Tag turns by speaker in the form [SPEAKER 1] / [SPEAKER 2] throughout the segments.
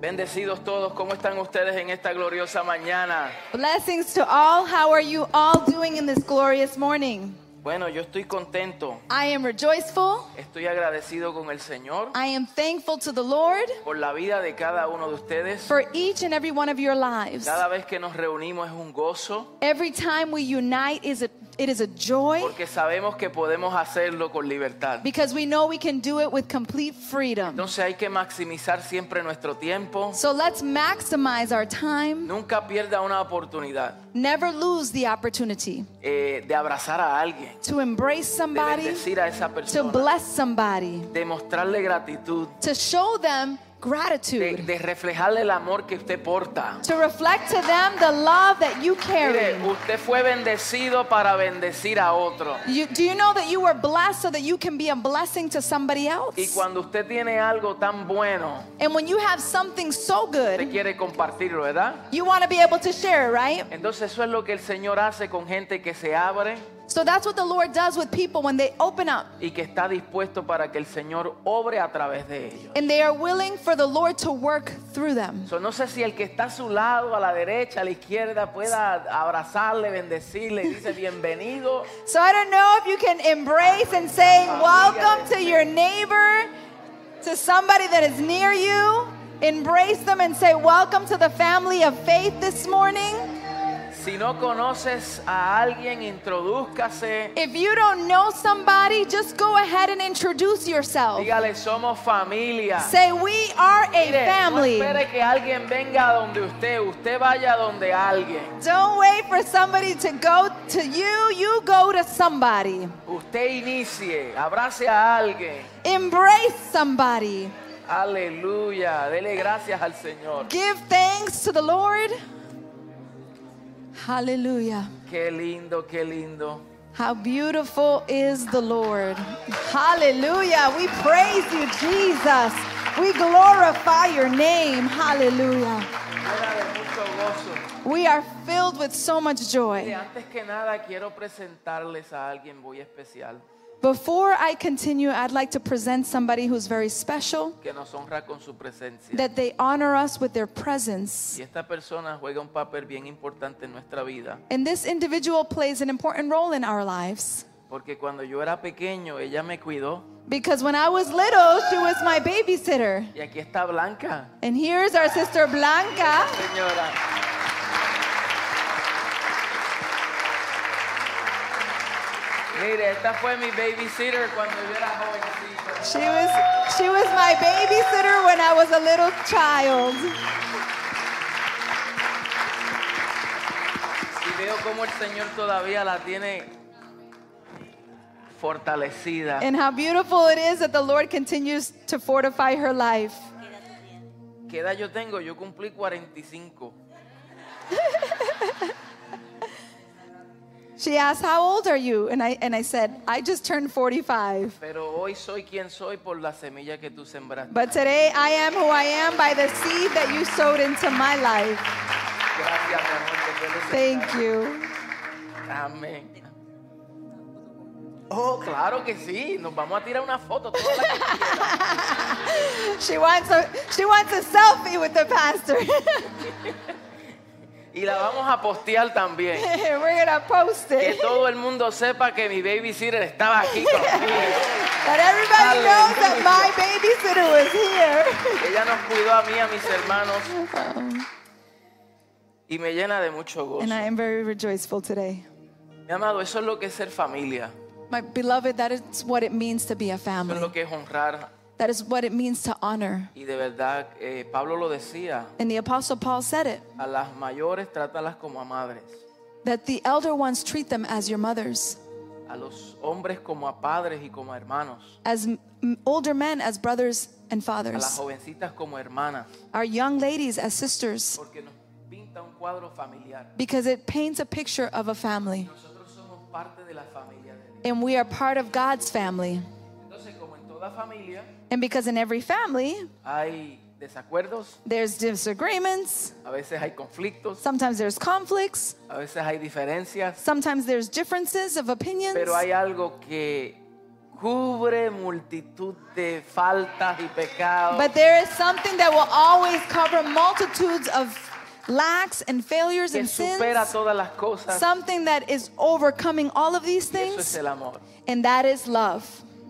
[SPEAKER 1] Bendecidos todos, ¿cómo están ustedes en esta gloriosa mañana?
[SPEAKER 2] Blessings to all. How are you all doing in this glorious morning?
[SPEAKER 1] Bueno, yo estoy contento,
[SPEAKER 2] I am rejoiceful.
[SPEAKER 1] estoy agradecido con el Señor
[SPEAKER 2] I am thankful to the Lord
[SPEAKER 1] por la vida de cada uno de ustedes.
[SPEAKER 2] for each and every one of your lives.
[SPEAKER 1] Cada vez que nos reunimos es un gozo
[SPEAKER 2] Every time we unite is a, it is a joy
[SPEAKER 1] porque sabemos que podemos hacerlo con libertad.
[SPEAKER 2] because we know we can do it with complete freedom.
[SPEAKER 1] Entonces hay que maximizar siempre nuestro tiempo.
[SPEAKER 2] So let's maximize our time.
[SPEAKER 1] Nunca pierda una oportunidad
[SPEAKER 2] Never lose the opportunity
[SPEAKER 1] eh, de abrazar a alguien,
[SPEAKER 2] to embrace
[SPEAKER 1] de
[SPEAKER 2] somebody,
[SPEAKER 1] bendecir a esa
[SPEAKER 2] to
[SPEAKER 1] persona,
[SPEAKER 2] bless somebody,
[SPEAKER 1] de mostrarle gratitud,
[SPEAKER 2] to show them
[SPEAKER 1] de,
[SPEAKER 2] gratitude,
[SPEAKER 1] de reflejarle el amor que usted porta.
[SPEAKER 2] to reflect to them the love that you carry.
[SPEAKER 1] Mire, usted fue bendecido para bendecir a otro.
[SPEAKER 2] You, do you know that you were blessed so that you can be a blessing to somebody
[SPEAKER 1] Y
[SPEAKER 2] else?
[SPEAKER 1] cuando usted tiene algo tan bueno,
[SPEAKER 2] And when you have something so
[SPEAKER 1] usted
[SPEAKER 2] good,
[SPEAKER 1] quiere compartirlo, ¿verdad?
[SPEAKER 2] you want to be able to share, right?
[SPEAKER 1] Entonces eso es lo que el Señor hace con gente que se abre
[SPEAKER 2] So that's what the Lord does with people when they open up
[SPEAKER 1] y que está dispuesto para que el Señor obre a través de ellos.
[SPEAKER 2] and they are willing for the Lord to work through them.
[SPEAKER 1] So, no sé si el que está a su lado, a la derecha, a la izquierda, pueda abrazarle, bendecirle y dice bienvenido.
[SPEAKER 2] So I don't know if you can embrace and say, Welcome to your neighbor, to somebody that is near you. Embrace them and say, Welcome to the family of faith this morning.
[SPEAKER 1] Si no conoces a alguien, introdúzcase.
[SPEAKER 2] If you don't know somebody, just go ahead and introduce yourself.
[SPEAKER 1] Dígale, somos familia.
[SPEAKER 2] Say, we are a
[SPEAKER 1] Mire, no
[SPEAKER 2] family.
[SPEAKER 1] espere que alguien venga donde usted, usted vaya donde alguien.
[SPEAKER 2] Don't wait for somebody to go to you, you go to somebody.
[SPEAKER 1] Usted inicie, abrace a alguien.
[SPEAKER 2] Embrace somebody.
[SPEAKER 1] Aleluya, dele gracias al Señor.
[SPEAKER 2] Give thanks to the Lord. Hallelujah.
[SPEAKER 1] Qué lindo, qué lindo.
[SPEAKER 2] How beautiful is the Lord. Hallelujah. We praise you, Jesus. We glorify your name. Hallelujah.
[SPEAKER 1] Llena de mucho gozo.
[SPEAKER 2] We are filled with so much
[SPEAKER 1] Mire,
[SPEAKER 2] joy.
[SPEAKER 1] Antes que nada quiero presentarles a alguien muy especial
[SPEAKER 2] Before I continue, I'd like to present somebody who's very special,
[SPEAKER 1] que nos honra con su presencia.
[SPEAKER 2] that they honor us with their presence.
[SPEAKER 1] Y esta persona juega un papel bien importante en nuestra vida,
[SPEAKER 2] And this individual plays an important role in our lives.
[SPEAKER 1] porque cuando yo era pequeño ella me cuidó
[SPEAKER 2] Because when I was little, she was my babysitter.
[SPEAKER 1] y aquí está Blanca.
[SPEAKER 2] And here's our sister Blanca.
[SPEAKER 1] Señora. Mire, esta fue mi babysitter cuando yo era jovencito.
[SPEAKER 2] She was, she was my babysitter when I was a little child.
[SPEAKER 1] Y veo cómo el Señor todavía la tiene fortalecida.
[SPEAKER 2] And how beautiful it is that the Lord continues to fortify her life.
[SPEAKER 1] ¿Qué edad yo tengo? Yo cumplí 45.
[SPEAKER 2] She asked, How old are you? And I, and I said, I just turned 45.
[SPEAKER 1] Pero hoy soy quien soy por la semilla que tú sembraste.
[SPEAKER 2] But today I am who I am by the seed that you sowed into my life.
[SPEAKER 1] Gracias, mi amor. te quiero
[SPEAKER 2] Thank you.
[SPEAKER 1] sentar. Amén. Oh, claro que sí. Nos vamos a tirar una foto. todas las que quieran.
[SPEAKER 2] She wants a she wants a selfie with the pastor.
[SPEAKER 1] Y la vamos a postear también.
[SPEAKER 2] We're gonna post
[SPEAKER 1] Que
[SPEAKER 2] it.
[SPEAKER 1] todo el mundo sepa que mi babysitter estaba aquí conmigo.
[SPEAKER 2] But everybody knows that my babysitter was here.
[SPEAKER 1] Ella nos cuidó a mí, a mis hermanos. Y me llena de mucho gozo.
[SPEAKER 2] And I am very rejoiceful today.
[SPEAKER 1] Mi amado, eso es lo que es ser familia.
[SPEAKER 2] My beloved, that is what it means to be a
[SPEAKER 1] Eso es
[SPEAKER 2] family.
[SPEAKER 1] lo que es honrar.
[SPEAKER 2] That is what it means to honor.
[SPEAKER 1] Y de verdad, eh, Pablo lo decía,
[SPEAKER 2] And the apostle Paul said it
[SPEAKER 1] a las mayores trátalas como a madres,
[SPEAKER 2] that the elder ones treat them as your mothers,
[SPEAKER 1] a los hombres como a padres y como a hermanos,
[SPEAKER 2] as m- older men as brothers and
[SPEAKER 1] a las
[SPEAKER 2] fathers.
[SPEAKER 1] jovencitas como hermanas,
[SPEAKER 2] our young ladies as sisters
[SPEAKER 1] porque nos pinta un cuadro familiar.
[SPEAKER 2] because it paints a picture of a family
[SPEAKER 1] Nosotros somos parte de la familia de Dios.
[SPEAKER 2] and we are part of God's family.
[SPEAKER 1] Entonces, como en toda familia,
[SPEAKER 2] And because in every family
[SPEAKER 1] hay desacuerdos,
[SPEAKER 2] there's disagreements,
[SPEAKER 1] a veces hay conflictos,
[SPEAKER 2] sometimes there's conflicts,
[SPEAKER 1] a veces hay diferencias,
[SPEAKER 2] sometimes there's differences of opinions,
[SPEAKER 1] pero hay algo que cubre multitud de faltas y pecados.
[SPEAKER 2] But there is something that will always cover multitudes of lacks and failures
[SPEAKER 1] que
[SPEAKER 2] and
[SPEAKER 1] supera
[SPEAKER 2] sins.
[SPEAKER 1] todas las cosas.
[SPEAKER 2] Something that is overcoming all of these
[SPEAKER 1] Y eso es
[SPEAKER 2] things,
[SPEAKER 1] el amor.
[SPEAKER 2] and that is love.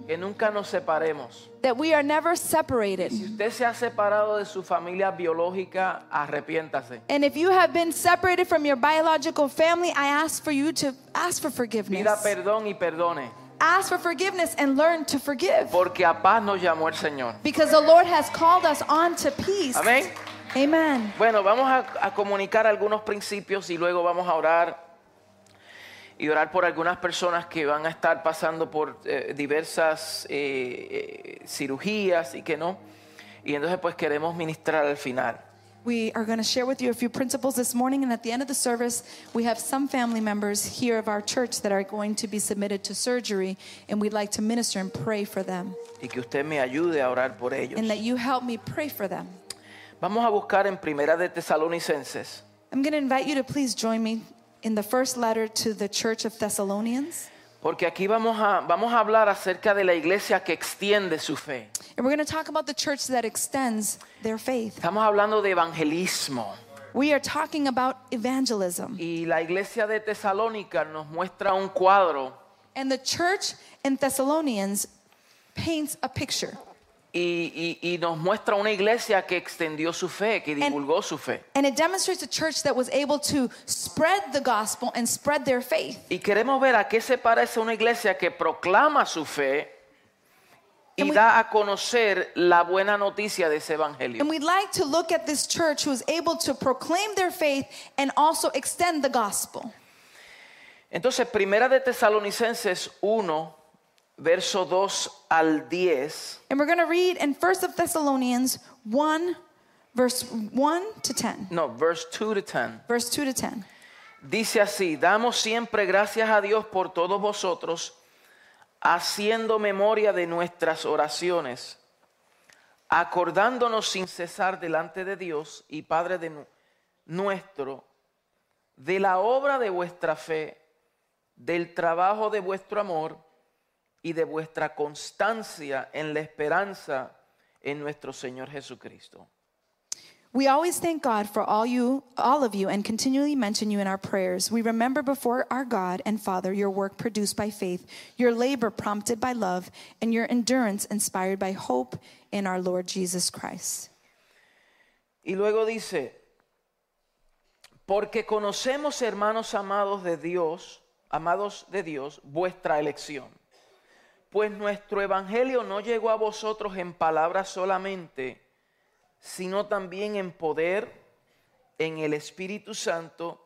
[SPEAKER 1] Que nunca nos separemos.
[SPEAKER 2] That we are never
[SPEAKER 1] Si
[SPEAKER 2] separated.
[SPEAKER 1] usted se ha separado de su familia biológica, arrepiéntase.
[SPEAKER 2] And if you have been separated from your biological family, I ask for you to ask for
[SPEAKER 1] Pida
[SPEAKER 2] forgiveness.
[SPEAKER 1] perdón y perdone.
[SPEAKER 2] Ask for forgiveness and learn to forgive.
[SPEAKER 1] Porque a paz nos llamó el Señor.
[SPEAKER 2] Because the Lord has called us on to peace.
[SPEAKER 1] Amén.
[SPEAKER 2] Amen.
[SPEAKER 1] Bueno, vamos a, a comunicar algunos principios y luego vamos a orar y orar por algunas personas que van a estar pasando por eh, diversas eh, eh, cirugías y que no. Y entonces pues queremos ministrar al final.
[SPEAKER 2] We are going to share with you a few principles this morning, and at the end of the service, we have some family members here of our church that are going to be submitted to surgery, and we'd like to minister and pray for them,
[SPEAKER 1] Y que usted me ayude a orar por ellos.
[SPEAKER 2] and that you help me pray for them.
[SPEAKER 1] Vamos a buscar en Primera de Tesalonicenses,
[SPEAKER 2] I'm going to invite you to please join me in the first letter to the Church of Thessalonians,
[SPEAKER 1] porque aquí vamos a, vamos a hablar acerca de la iglesia que extiende su fe.
[SPEAKER 2] and we're going to talk about the church that extends their faith.
[SPEAKER 1] Estamos hablando de evangelismo.
[SPEAKER 2] We are talking about evangelism,
[SPEAKER 1] Y la iglesia de Tesalónica nos muestra un cuadro
[SPEAKER 2] and the church in Thessalonians paints a picture.
[SPEAKER 1] y, y- y nos muestra una iglesia que extendió su fe, que divulgó su fe.
[SPEAKER 2] And it demonstrates a church that was able to spread the gospel and spread their faith.
[SPEAKER 1] Y queremos ver a qué se parece una iglesia que proclama su fe y
[SPEAKER 2] And we-
[SPEAKER 1] da a conocer la buena noticia de ese evangelio.
[SPEAKER 2] And we'd like to look at this church who is able to proclaim their faith and also extend the gospel.
[SPEAKER 1] Entonces, primera de Tesalonicenses 1, verso 2 al 10,
[SPEAKER 2] And we're going to read in 1 of Thessalonians 1 verse 1 to 10.
[SPEAKER 1] no, verse 2 to 10.
[SPEAKER 2] Verse 2 to 10.
[SPEAKER 1] Dice así, damos siempre gracias a Dios por todos vosotros, haciendo memoria de nuestras oraciones, acordándonos sin cesar delante de Dios y Padre de nu- nuestro, de la obra de vuestra fe, del trabajo de vuestro amor y de vuestra constancia en la esperanza en nuestro Señor Jesucristo.
[SPEAKER 2] We always thank God for all you all of you and continually mention you in our prayers. We remember before our God and Father your work produced by faith, your labor prompted by love, and your endurance inspired by hope in our Lord Jesus Christ.
[SPEAKER 1] Y luego dice, porque conocemos, hermanos amados de Dios, amados de Dios, vuestra elección. Pues nuestro evangelio no llegó a vosotros en palabras solamente, sino también en poder, en el Espíritu Santo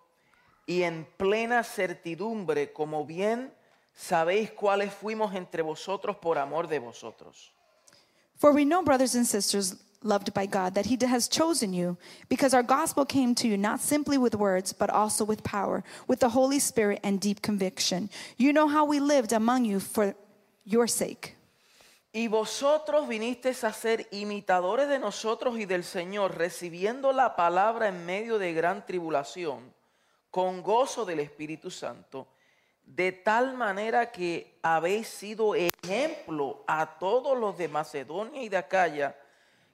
[SPEAKER 1] y en plena certidumbre, como bien sabéis cuáles fuimos entre vosotros por amor de vosotros.
[SPEAKER 2] For we know, brothers and sisters, loved by God, that He has chosen you, because our gospel came to you not simply with words, but also with power, with the Holy Spirit and deep conviction. You know how we lived among you for your sake.
[SPEAKER 1] Y vosotros vinisteis a ser imitadores de nosotros y del Señor, recibiendo la palabra en medio de gran tribulación, con gozo del Espíritu Santo, de tal manera que habéis sido ejemplo a todos los de Macedonia y de Acaya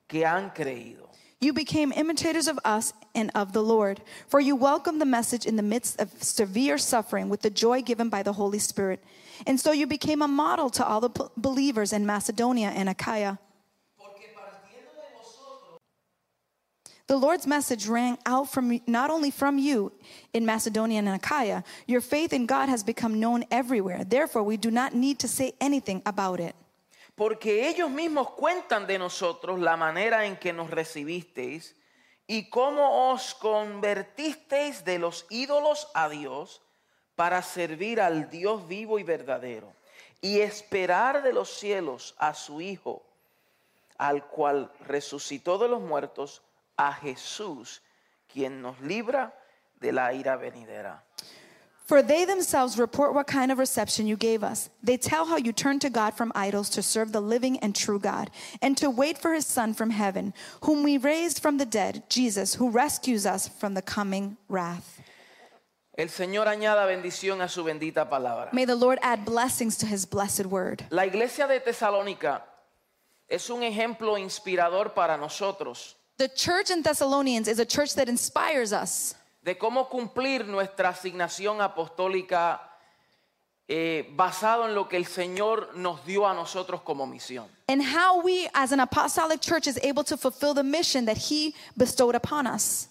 [SPEAKER 1] que han creído.
[SPEAKER 2] You became imitators of us and of the Lord, for you welcomed the message in the midst of severe suffering with the joy given by the Holy Spirit. And so you became a model to all the p- believers in Macedonia and Achaia. The Lord's message rang out from not only from you in Macedonia and Achaia. Your faith in God has become known everywhere. Therefore, we do not need to say anything about it.
[SPEAKER 1] Porque ellos mismos cuentan de nosotros la manera en que nos recibisteis y cómo os convertisteis de los ídolos a Dios para servir al Dios vivo y verdadero y esperar de los cielos a su Hijo, al cual resucitó de los muertos, a Jesús, quien nos libra de la ira venidera.
[SPEAKER 2] For they themselves report what kind of reception you gave us. They tell how you turned to God from idols to serve the living and true God, and to wait for his Son from heaven, whom we raised from the dead, Jesus, who rescues us from the coming wrath.
[SPEAKER 1] El Señor añada bendición a su bendita palabra.
[SPEAKER 2] May the Lord add blessings to his blessed word.
[SPEAKER 1] La iglesia de Tesalónica es un ejemplo inspirador para nosotros
[SPEAKER 2] The church in Thessalonians is a church that inspires us
[SPEAKER 1] de cómo cumplir nuestra asignación apostólica eh, basado en lo que el Señor nos dio a nosotros como misión.
[SPEAKER 2] and how we as an apostolic church is able to fulfill the mission that he bestowed upon us.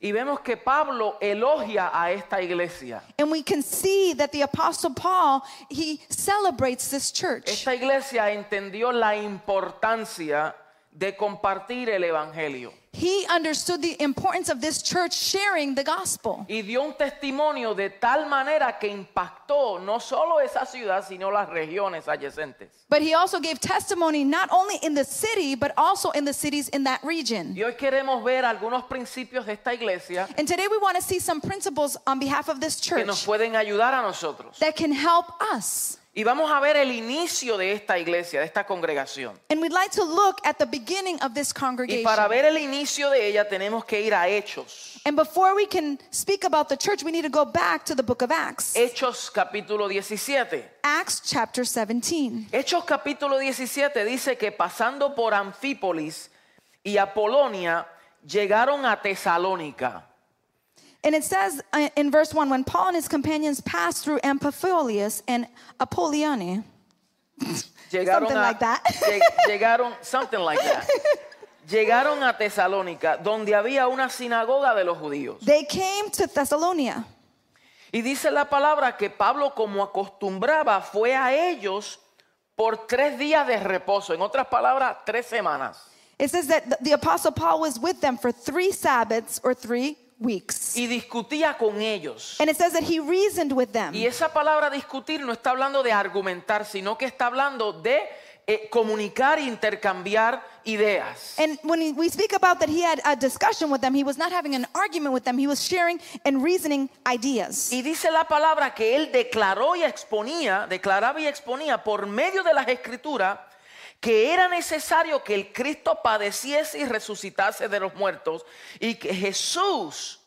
[SPEAKER 1] Y vemos que Pablo elogia a esta iglesia.
[SPEAKER 2] And we can see that the apostle Paul, he celebrates this church.
[SPEAKER 1] Esta iglesia entendió la importancia de compartir el Evangelio
[SPEAKER 2] He understood the importance of this church sharing the gospel.
[SPEAKER 1] y dio un testimonio de tal manera que impactó no solo esa ciudad, sino las regiones adyacentes.
[SPEAKER 2] But he also gave testimony not only in the city, but also in the cities in that region.
[SPEAKER 1] Y hoy queremos ver algunos principios de esta iglesia
[SPEAKER 2] And today we want to see some principles on behalf of this
[SPEAKER 1] que nos
[SPEAKER 2] church
[SPEAKER 1] pueden ayudar a nosotros.
[SPEAKER 2] that can help us.
[SPEAKER 1] Y vamos a ver el inicio de esta iglesia, de esta congregación.
[SPEAKER 2] And we'd like to look at the beginning of this
[SPEAKER 1] Y
[SPEAKER 2] congregation.
[SPEAKER 1] para ver el inicio de ella tenemos que ir a Hechos.
[SPEAKER 2] And before we can speak about the church, we need to go back to the book of Acts.
[SPEAKER 1] Eh. Hechos capítulo 17.
[SPEAKER 2] Acts chapter 17.
[SPEAKER 1] Hechos capítulo 17 dice que pasando por Anfípolis y Apolonia llegaron a Tesalónica.
[SPEAKER 2] And it says uh, in verse 1 when Paul and his companions passed through Amphipolis and Apollonia,
[SPEAKER 1] Llegaron
[SPEAKER 2] Something
[SPEAKER 1] a
[SPEAKER 2] like that.
[SPEAKER 1] lle- llegaron something like that. Llegaron a Tesalónica, donde había una sinagoga de los judíos.
[SPEAKER 2] they came to Thessalonica.
[SPEAKER 1] Y dice la palabra que Pablo, como acostumbraba, fue a ellos por tres días de reposo. En otras palabras, tres semanas.
[SPEAKER 2] It says that th- the apostle Paul was with them for three Sabbaths or three weeks.
[SPEAKER 1] Y discutía con ellos.
[SPEAKER 2] And it says that he reasoned with them.
[SPEAKER 1] Y esa palabra discutir no está hablando de argumentar, sino que está hablando de eh, comunicar e intercambiar ideas.
[SPEAKER 2] And when he- we speak about that, he had a discussion with them. He was not having an argument with them. He was sharing and reasoning ideas.
[SPEAKER 1] Y dice la palabra que él declaró y exponía, declaraba y exponía por medio de las escrituras que era necesario que el Cristo padeciese y resucitase de los muertos y que Jesús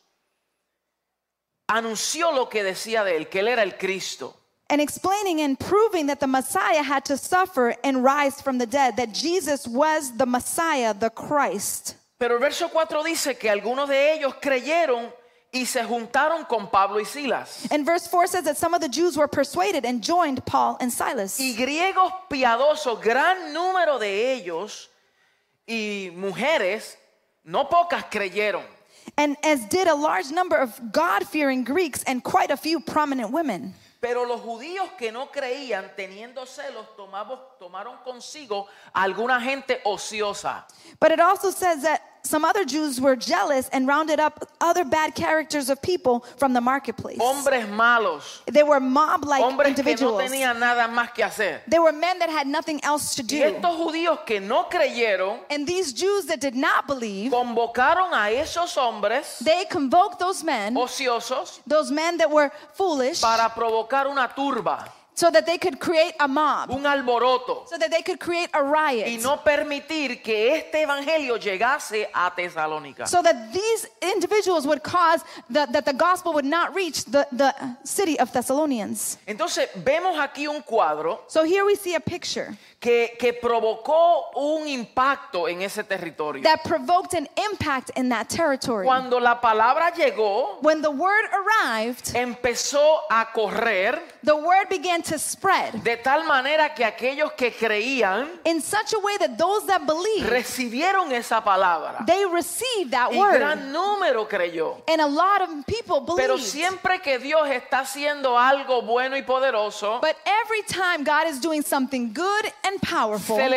[SPEAKER 1] anunció lo que decía de él, que él era el Cristo.
[SPEAKER 2] and explaining and proving that the Messiah had to suffer and rise from the dead, that Jesus was the Messiah, the Christ.
[SPEAKER 1] Pero el verso 4 dice que algunos de ellos creyeron y se juntaron con Pablo y Silas.
[SPEAKER 2] And verse 4 says that some of the Jews were persuaded and joined Paul and Silas.
[SPEAKER 1] Y griegos piadosos, gran número de ellos y mujeres, no pocas creyeron.
[SPEAKER 2] And as did a large number of God fearing Greeks and quite a few prominent women.
[SPEAKER 1] Pero los judíos que no creían, teniendo celos, tomamos- tomaron consigo a alguna gente ociosa.
[SPEAKER 2] But it also says that some other Jews were jealous and rounded up other bad characters of people from the marketplace.
[SPEAKER 1] Hombres malos,
[SPEAKER 2] They were mob like
[SPEAKER 1] hombres que no
[SPEAKER 2] individuals.
[SPEAKER 1] tenían nada más que hacer.
[SPEAKER 2] They were men that had nothing else to
[SPEAKER 1] Y
[SPEAKER 2] do.
[SPEAKER 1] estos judíos que no creyeron,
[SPEAKER 2] And these Jews that did not believe,
[SPEAKER 1] convocaron a esos hombres
[SPEAKER 2] they convoked those men,
[SPEAKER 1] ociosos
[SPEAKER 2] those men that were foolish,
[SPEAKER 1] para provocar una turba,
[SPEAKER 2] so that they could create a mob,
[SPEAKER 1] un alboroto.
[SPEAKER 2] so that they could create
[SPEAKER 1] y
[SPEAKER 2] a riot,
[SPEAKER 1] no permitir que este evangelio llegase a Tesalónica.
[SPEAKER 2] so that these individuals would cause the, that the gospel would not reach the, the city of Thessalonians.
[SPEAKER 1] Entonces vemos aquí un cuadro
[SPEAKER 2] So here we see a picture
[SPEAKER 1] que, que provocó un impacto en ese territorio.
[SPEAKER 2] that provoked an impact in that territory.
[SPEAKER 1] Cuando la palabra llegó,
[SPEAKER 2] When the word arrived,
[SPEAKER 1] empezó a correr
[SPEAKER 2] the word began to spread
[SPEAKER 1] de tal manera que aquellos que creían
[SPEAKER 2] in such a way that those that believed,
[SPEAKER 1] recibieron esa palabra.
[SPEAKER 2] they received that
[SPEAKER 1] Y
[SPEAKER 2] word.
[SPEAKER 1] gran número creyó.
[SPEAKER 2] And a lot of people
[SPEAKER 1] Pero
[SPEAKER 2] believe.
[SPEAKER 1] siempre que Dios está haciendo algo bueno y poderoso,
[SPEAKER 2] But every time God is doing something good and powerful,
[SPEAKER 1] se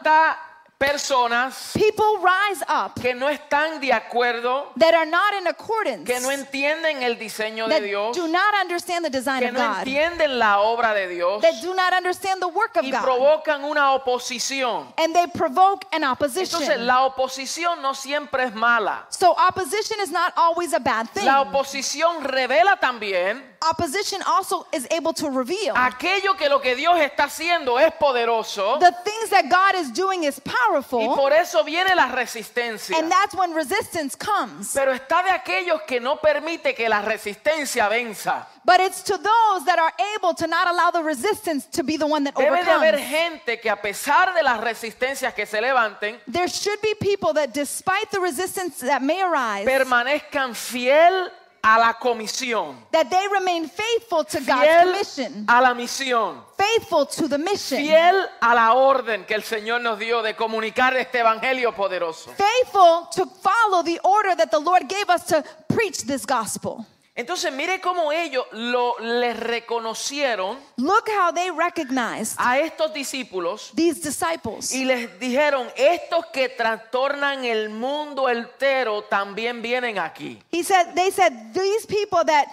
[SPEAKER 1] levanta personas
[SPEAKER 2] people rise up
[SPEAKER 1] que no están de acuerdo,
[SPEAKER 2] that are not in accordance,
[SPEAKER 1] que no entienden el diseño de
[SPEAKER 2] that
[SPEAKER 1] Dios,
[SPEAKER 2] do not understand the design
[SPEAKER 1] que
[SPEAKER 2] of
[SPEAKER 1] no
[SPEAKER 2] God,
[SPEAKER 1] entienden la obra de Dios
[SPEAKER 2] that do not understand the work of
[SPEAKER 1] y
[SPEAKER 2] God,
[SPEAKER 1] provocan una oposición.
[SPEAKER 2] and they provoke an
[SPEAKER 1] Entonces,
[SPEAKER 2] opposition.
[SPEAKER 1] la oposición no siempre es mala.
[SPEAKER 2] So opposition is not always a bad thing.
[SPEAKER 1] La oposición revela también
[SPEAKER 2] opposition also is able to reveal.
[SPEAKER 1] Aquello que lo que Dios está haciendo es poderoso
[SPEAKER 2] The things that God is doing is
[SPEAKER 1] y
[SPEAKER 2] powerful,
[SPEAKER 1] por eso viene la resistencia.
[SPEAKER 2] and that's when resistance comes.
[SPEAKER 1] Pero está de aquellos que no permite que la resistencia venza.
[SPEAKER 2] But it's to those that are able to not allow the resistance to be the one that
[SPEAKER 1] Debe de haber
[SPEAKER 2] overcomes.
[SPEAKER 1] gente que a pesar de las resistencias que se levanten,
[SPEAKER 2] There should be people that, despite the resistance that may arise,
[SPEAKER 1] permanezcan fiel a la comisión,
[SPEAKER 2] that they remain faithful to
[SPEAKER 1] fiel
[SPEAKER 2] God's mission,
[SPEAKER 1] a la misión,
[SPEAKER 2] faithful to the mission,
[SPEAKER 1] fiel a la orden que el Señor nos dio de comunicar este evangelio poderoso.
[SPEAKER 2] faithful to follow the order that the Lord gave us to preach this gospel.
[SPEAKER 1] Entonces mire cómo ellos lo les reconocieron
[SPEAKER 2] Look how they recognized
[SPEAKER 1] a estos discípulos
[SPEAKER 2] these disciples.
[SPEAKER 1] y les dijeron, estos que trastornan el mundo entero también vienen aquí.
[SPEAKER 2] He said, they said, these people that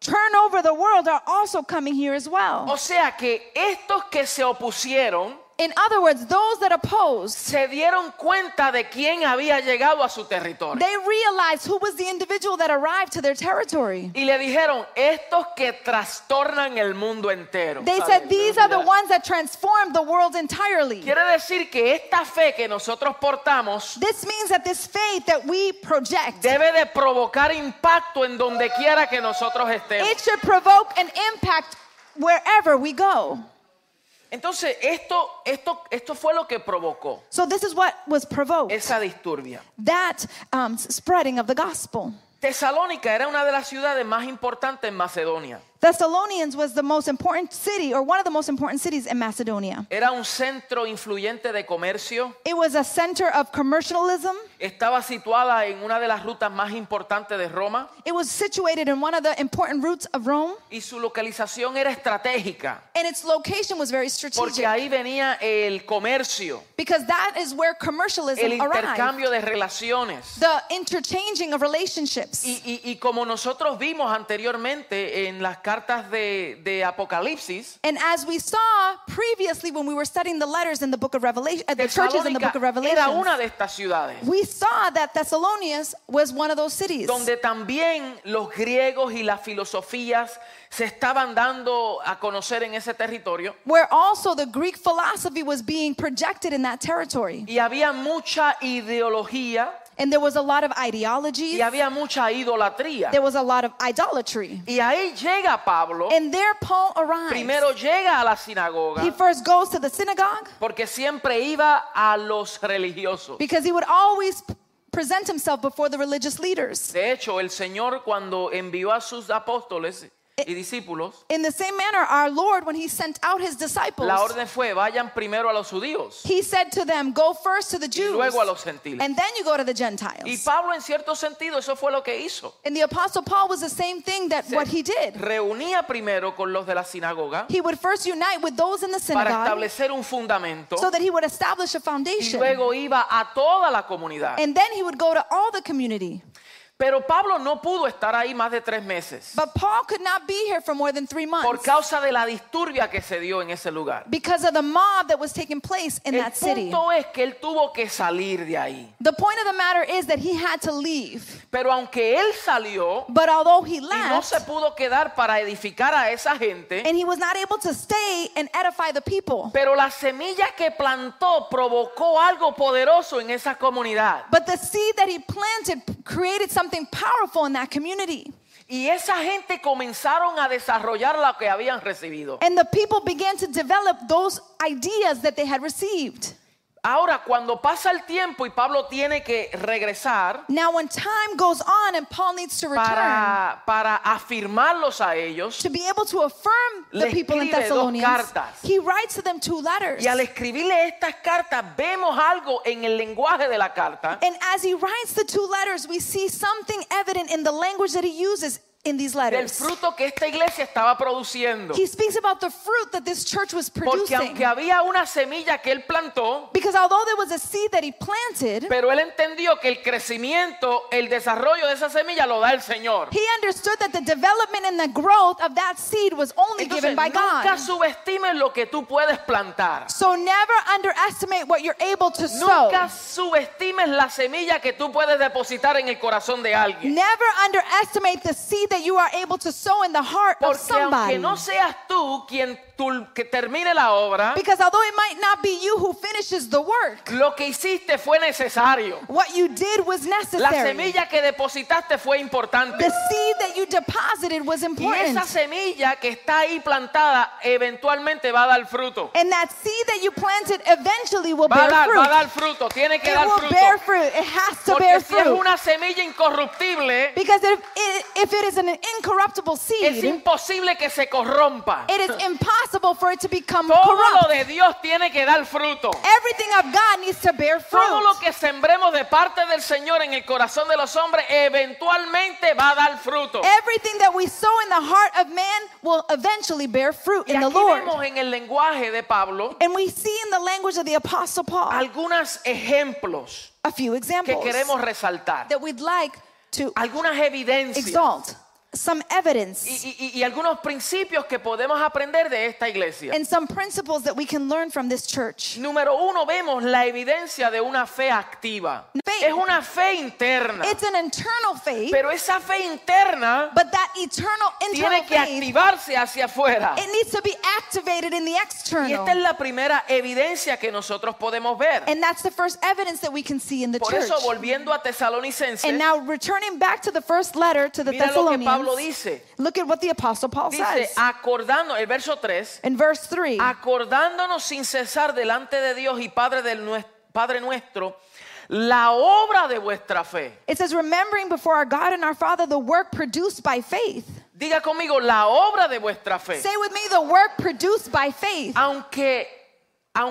[SPEAKER 2] turn over the world are also coming here as well.
[SPEAKER 1] O sea que estos que se opusieron
[SPEAKER 2] In other words, those that opposed,
[SPEAKER 1] se dieron cuenta de quién había llegado a su territorio.
[SPEAKER 2] they realized who was the individual that arrived to their territory.
[SPEAKER 1] Y le dijeron, estos que trastornan el mundo entero.
[SPEAKER 2] They said, These are the ones that transformed the world entirely.
[SPEAKER 1] Quiere decir que esta fe que nosotros portamos
[SPEAKER 2] This means that this faith that we project,
[SPEAKER 1] debe de provocar impacto en donde quiera que nosotros estemos.
[SPEAKER 2] it should provoke an impact wherever we go.
[SPEAKER 1] Entonces, esto, esto, esto fue lo que provocó
[SPEAKER 2] So, this is what was provoked
[SPEAKER 1] esa disturbia.
[SPEAKER 2] that um, s- spreading of the gospel.
[SPEAKER 1] Tesalónica era una de las ciudades más importantes en Macedonia.
[SPEAKER 2] Thessalonians was the most important city, or one of the most important cities in Macedonia.
[SPEAKER 1] Era un centro influyente de comercio.
[SPEAKER 2] It was a center of commercialism.
[SPEAKER 1] Estaba situada en una de las rutas más importantes de Roma
[SPEAKER 2] It was situated in one of the important routes of Rome,
[SPEAKER 1] y su localización era estratégica
[SPEAKER 2] and its location was very
[SPEAKER 1] porque
[SPEAKER 2] strategic
[SPEAKER 1] ahí venía el comercio,
[SPEAKER 2] because that is where
[SPEAKER 1] el
[SPEAKER 2] commercialism arrived.
[SPEAKER 1] intercambio de relaciones.
[SPEAKER 2] the interchanging of relationships.
[SPEAKER 1] Y, y- y como nosotros vimos anteriormente en las cartas de, de Apocalipsis,
[SPEAKER 2] And as we saw previously when we were studying the letters in the book of Revelation, uh, the churches in the
[SPEAKER 1] Tesalónica
[SPEAKER 2] book of
[SPEAKER 1] era una
[SPEAKER 2] Revelation,
[SPEAKER 1] de estas ciudades
[SPEAKER 2] we saw that Thessalonians was one of those cities
[SPEAKER 1] donde también los griegos y las filosofías se estaban dando a conocer en ese territorio
[SPEAKER 2] where also the Greek philosophy was being projected in that territory.
[SPEAKER 1] y había mucha ideología
[SPEAKER 2] And there was a lot of ideologies,
[SPEAKER 1] y había mucha idolatría.
[SPEAKER 2] there was a lot of idolatry.
[SPEAKER 1] Y ahí llega Pablo,
[SPEAKER 2] And there Paul arrives.
[SPEAKER 1] primero llega a la sinagoga
[SPEAKER 2] He first goes to the synagogue
[SPEAKER 1] porque siempre iba a los religiosos.
[SPEAKER 2] because he would always p- present himself before the religious leaders.
[SPEAKER 1] De hecho, el Señor cuando envió a sus apóstoles y discípulos,
[SPEAKER 2] In the same manner, our Lord, when he sent out his disciples,
[SPEAKER 1] la orden fue, vayan primero a los judíos
[SPEAKER 2] He said to them, Go first to the
[SPEAKER 1] y
[SPEAKER 2] Jews,
[SPEAKER 1] luego a los gentiles.
[SPEAKER 2] and then you go to the
[SPEAKER 1] Y
[SPEAKER 2] Gentiles.
[SPEAKER 1] Pablo en cierto sentido eso fue lo que hizo.
[SPEAKER 2] And the Apostle Paul was the same thing that
[SPEAKER 1] Se
[SPEAKER 2] what he did.
[SPEAKER 1] Reunía primero con los de la sinagoga
[SPEAKER 2] He would first unite with those in the
[SPEAKER 1] para
[SPEAKER 2] synagogue
[SPEAKER 1] establecer un fundamento
[SPEAKER 2] so that he would establish a
[SPEAKER 1] y
[SPEAKER 2] foundation.
[SPEAKER 1] luego iba a toda la comunidad.
[SPEAKER 2] And then he would go to all the community.
[SPEAKER 1] Pero Pablo no pudo estar ahí más de tres meses
[SPEAKER 2] But Paul could not be here for more than three
[SPEAKER 1] por
[SPEAKER 2] months
[SPEAKER 1] causa de la disturbia que se dio en ese lugar.
[SPEAKER 2] because of the mob that was taking place in
[SPEAKER 1] El
[SPEAKER 2] that city.
[SPEAKER 1] punto es que él tuvo que salir de ahí.
[SPEAKER 2] The point of the matter is that he had to leave.
[SPEAKER 1] Pero aunque él salió,
[SPEAKER 2] But although he
[SPEAKER 1] y no se
[SPEAKER 2] left,
[SPEAKER 1] pudo quedar para edificar a esa gente,
[SPEAKER 2] and he was not able to stay and edify the people.
[SPEAKER 1] pero la semilla que plantó provocó algo poderoso en esa comunidad.
[SPEAKER 2] But the seed that he planted p- created something powerful in that community.
[SPEAKER 1] Y esa gente comenzaron a desarrollar lo que habían recibido.
[SPEAKER 2] And the people began to develop those ideas that they had received.
[SPEAKER 1] Ahora, cuando pasa el tiempo y Pablo tiene que regresar
[SPEAKER 2] Now, when time goes on and Paul needs to return,
[SPEAKER 1] para, para afirmarlos a ellos,
[SPEAKER 2] to be able to affirm the
[SPEAKER 1] Le
[SPEAKER 2] people in
[SPEAKER 1] escribe dos
[SPEAKER 2] Thessalonians,
[SPEAKER 1] cartas.
[SPEAKER 2] he writes to them two letters.
[SPEAKER 1] y al escribirle estas cartas, vemos algo en el lenguaje de la carta
[SPEAKER 2] And as he writes the two letters, we see something evident in the language that he uses in these
[SPEAKER 1] del
[SPEAKER 2] letters.
[SPEAKER 1] fruto que esta iglesia estaba produciendo.
[SPEAKER 2] He speaks about the fruit that this church was
[SPEAKER 1] Porque
[SPEAKER 2] producing.
[SPEAKER 1] aunque había una semilla que él plantó,
[SPEAKER 2] Because although there was a seed that he planted,
[SPEAKER 1] Pero él entendió que el crecimiento, el desarrollo de esa semilla lo da el Señor.
[SPEAKER 2] He understood that the development and the growth of that seed was only
[SPEAKER 1] Entonces,
[SPEAKER 2] given by
[SPEAKER 1] nunca
[SPEAKER 2] God.
[SPEAKER 1] subestimes lo que tú puedes plantar.
[SPEAKER 2] So never underestimate what you're able to sow.
[SPEAKER 1] Nunca subestimes la semilla que tú puedes depositar en el corazón de alguien.
[SPEAKER 2] Never underestimate the seed that you are able to sow in the heart of
[SPEAKER 1] Porque
[SPEAKER 2] somebody.
[SPEAKER 1] aunque no seas tú quien tul- que termine la obra,
[SPEAKER 2] Because although it might not be you who finishes the work,
[SPEAKER 1] lo que hiciste fue necesario.
[SPEAKER 2] what you did was
[SPEAKER 1] La
[SPEAKER 2] necessary.
[SPEAKER 1] semilla que depositaste fue
[SPEAKER 2] The
[SPEAKER 1] importante.
[SPEAKER 2] seed that you deposited was
[SPEAKER 1] Y
[SPEAKER 2] important.
[SPEAKER 1] esa semilla que está ahí plantada eventualmente va a dar fruto.
[SPEAKER 2] And that seed that you planted eventually will
[SPEAKER 1] Va a
[SPEAKER 2] bear
[SPEAKER 1] dar, va a
[SPEAKER 2] fruit.
[SPEAKER 1] dar fruto. Tiene que
[SPEAKER 2] It
[SPEAKER 1] dar
[SPEAKER 2] will
[SPEAKER 1] fruto.
[SPEAKER 2] bear fruit. It has to
[SPEAKER 1] Porque
[SPEAKER 2] bear
[SPEAKER 1] si es
[SPEAKER 2] fruit.
[SPEAKER 1] una semilla incorruptible,
[SPEAKER 2] Because if it, if it is an incorruptible
[SPEAKER 1] es
[SPEAKER 2] seed,
[SPEAKER 1] imposible que se corrompa.
[SPEAKER 2] it is impossible for it to become
[SPEAKER 1] Todo lo
[SPEAKER 2] corrupt.
[SPEAKER 1] de Dios tiene que dar fruto.
[SPEAKER 2] Everything of God needs to bear
[SPEAKER 1] Todo
[SPEAKER 2] fruit.
[SPEAKER 1] lo que sembremos de parte del Señor en el corazón de los hombres eventualmente va a dar fruto.
[SPEAKER 2] Everything that we sow in the heart of man will eventually bear fruit
[SPEAKER 1] Y
[SPEAKER 2] in the
[SPEAKER 1] aquí
[SPEAKER 2] Lord.
[SPEAKER 1] vemos en el lenguaje de Pablo
[SPEAKER 2] And we see in the language of the Apostle Paul
[SPEAKER 1] algunos ejemplos
[SPEAKER 2] a few
[SPEAKER 1] que
[SPEAKER 2] examples
[SPEAKER 1] queremos resaltar,
[SPEAKER 2] that we'd like to
[SPEAKER 1] algunas evidencias
[SPEAKER 2] exalt, some evidence,
[SPEAKER 1] y, y- y algunos principios que podemos aprender de esta iglesia.
[SPEAKER 2] and some principles that we can learn from this church.
[SPEAKER 1] Número uno, vemos la evidencia de una fe activa.
[SPEAKER 2] Fe.
[SPEAKER 1] Es una fe interna,
[SPEAKER 2] It's an internal faith,
[SPEAKER 1] pero esa fe interna
[SPEAKER 2] but that eternal internal
[SPEAKER 1] tiene que
[SPEAKER 2] faith,
[SPEAKER 1] activarse hacia afuera.
[SPEAKER 2] it needs to be activated in the
[SPEAKER 1] Y esta es
[SPEAKER 2] external.
[SPEAKER 1] la primera evidencia que nosotros podemos ver.
[SPEAKER 2] And that's the first evidence that we can see in the
[SPEAKER 1] Por
[SPEAKER 2] church.
[SPEAKER 1] eso, volviendo a
[SPEAKER 2] And
[SPEAKER 1] Tesalonicenses,
[SPEAKER 2] now returning back to the first letter to the
[SPEAKER 1] mira lo que Pablo
[SPEAKER 2] Thessalonians,
[SPEAKER 1] dice.
[SPEAKER 2] look at what the Apostle Paul
[SPEAKER 1] Dice,
[SPEAKER 2] says
[SPEAKER 1] acordando, el verso 3,
[SPEAKER 2] in verse 3.
[SPEAKER 1] acordándonos sin cesar delante de Dios y Padre, del nues- Padre nuestro, la obra de vuestra fe.
[SPEAKER 2] It says, remembering before our God and our Father the work produced by faith.
[SPEAKER 1] Diga conmigo, la obra de vuestra fe.
[SPEAKER 2] Say with me, the work produced by faith.
[SPEAKER 1] Aunque,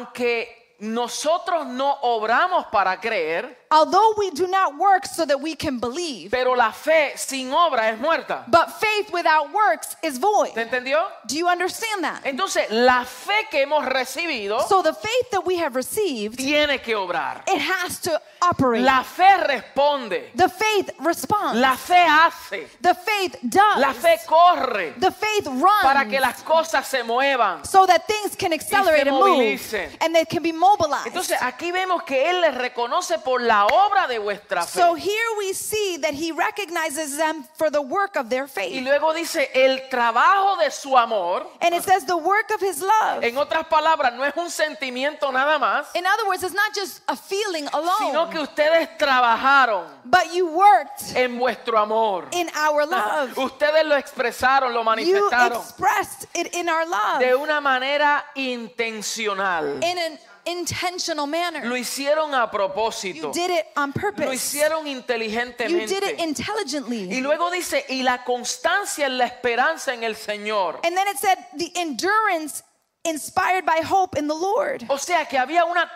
[SPEAKER 1] aunque nosotros no obramos para creer,
[SPEAKER 2] Although we do not work so that we can believe,
[SPEAKER 1] pero la fe sin obra es muerta.
[SPEAKER 2] but faith without works is void.
[SPEAKER 1] ¿Te entendió?
[SPEAKER 2] Do you understand that?
[SPEAKER 1] Entonces, la fe que hemos recibido
[SPEAKER 2] So the faith that we have received,
[SPEAKER 1] tiene que obrar.
[SPEAKER 2] it has to operate.
[SPEAKER 1] La fe responde.
[SPEAKER 2] The faith responds.
[SPEAKER 1] La fe hace.
[SPEAKER 2] The faith
[SPEAKER 1] La fe
[SPEAKER 2] does.
[SPEAKER 1] corre
[SPEAKER 2] The faith
[SPEAKER 1] para que
[SPEAKER 2] runs
[SPEAKER 1] las cosas se muevan.
[SPEAKER 2] so that things can accelerate and move
[SPEAKER 1] movilicen.
[SPEAKER 2] and they can be mobilized.
[SPEAKER 1] Entonces aquí vemos que Él les reconoce por la obra de vuestra fe.
[SPEAKER 2] So here we see that he recognizes them for the work of their
[SPEAKER 1] y
[SPEAKER 2] faith.
[SPEAKER 1] luego dice el trabajo de su amor.
[SPEAKER 2] And it says the work of his love.
[SPEAKER 1] En otras palabras, no es un sentimiento nada más,
[SPEAKER 2] In other words, it's not just a feeling
[SPEAKER 1] sino
[SPEAKER 2] alone,
[SPEAKER 1] que ustedes trabajaron
[SPEAKER 2] but you worked
[SPEAKER 1] en vuestro amor.
[SPEAKER 2] in our love.
[SPEAKER 1] Ustedes lo expresaron, lo
[SPEAKER 2] You
[SPEAKER 1] manifestaron
[SPEAKER 2] expressed it in our
[SPEAKER 1] de
[SPEAKER 2] love
[SPEAKER 1] una manera intencional.
[SPEAKER 2] in an intentional
[SPEAKER 1] Lo
[SPEAKER 2] manner.
[SPEAKER 1] hicieron a
[SPEAKER 2] You
[SPEAKER 1] propósito.
[SPEAKER 2] did it on
[SPEAKER 1] Lo
[SPEAKER 2] purpose.
[SPEAKER 1] hicieron
[SPEAKER 2] You did it
[SPEAKER 1] inteligentemente. Y
[SPEAKER 2] intelligently.
[SPEAKER 1] luego dice, y la constancia en la esperanza en el Señor.
[SPEAKER 2] And then it said the endurance inspired by hope in the Lord.
[SPEAKER 1] O sea que había una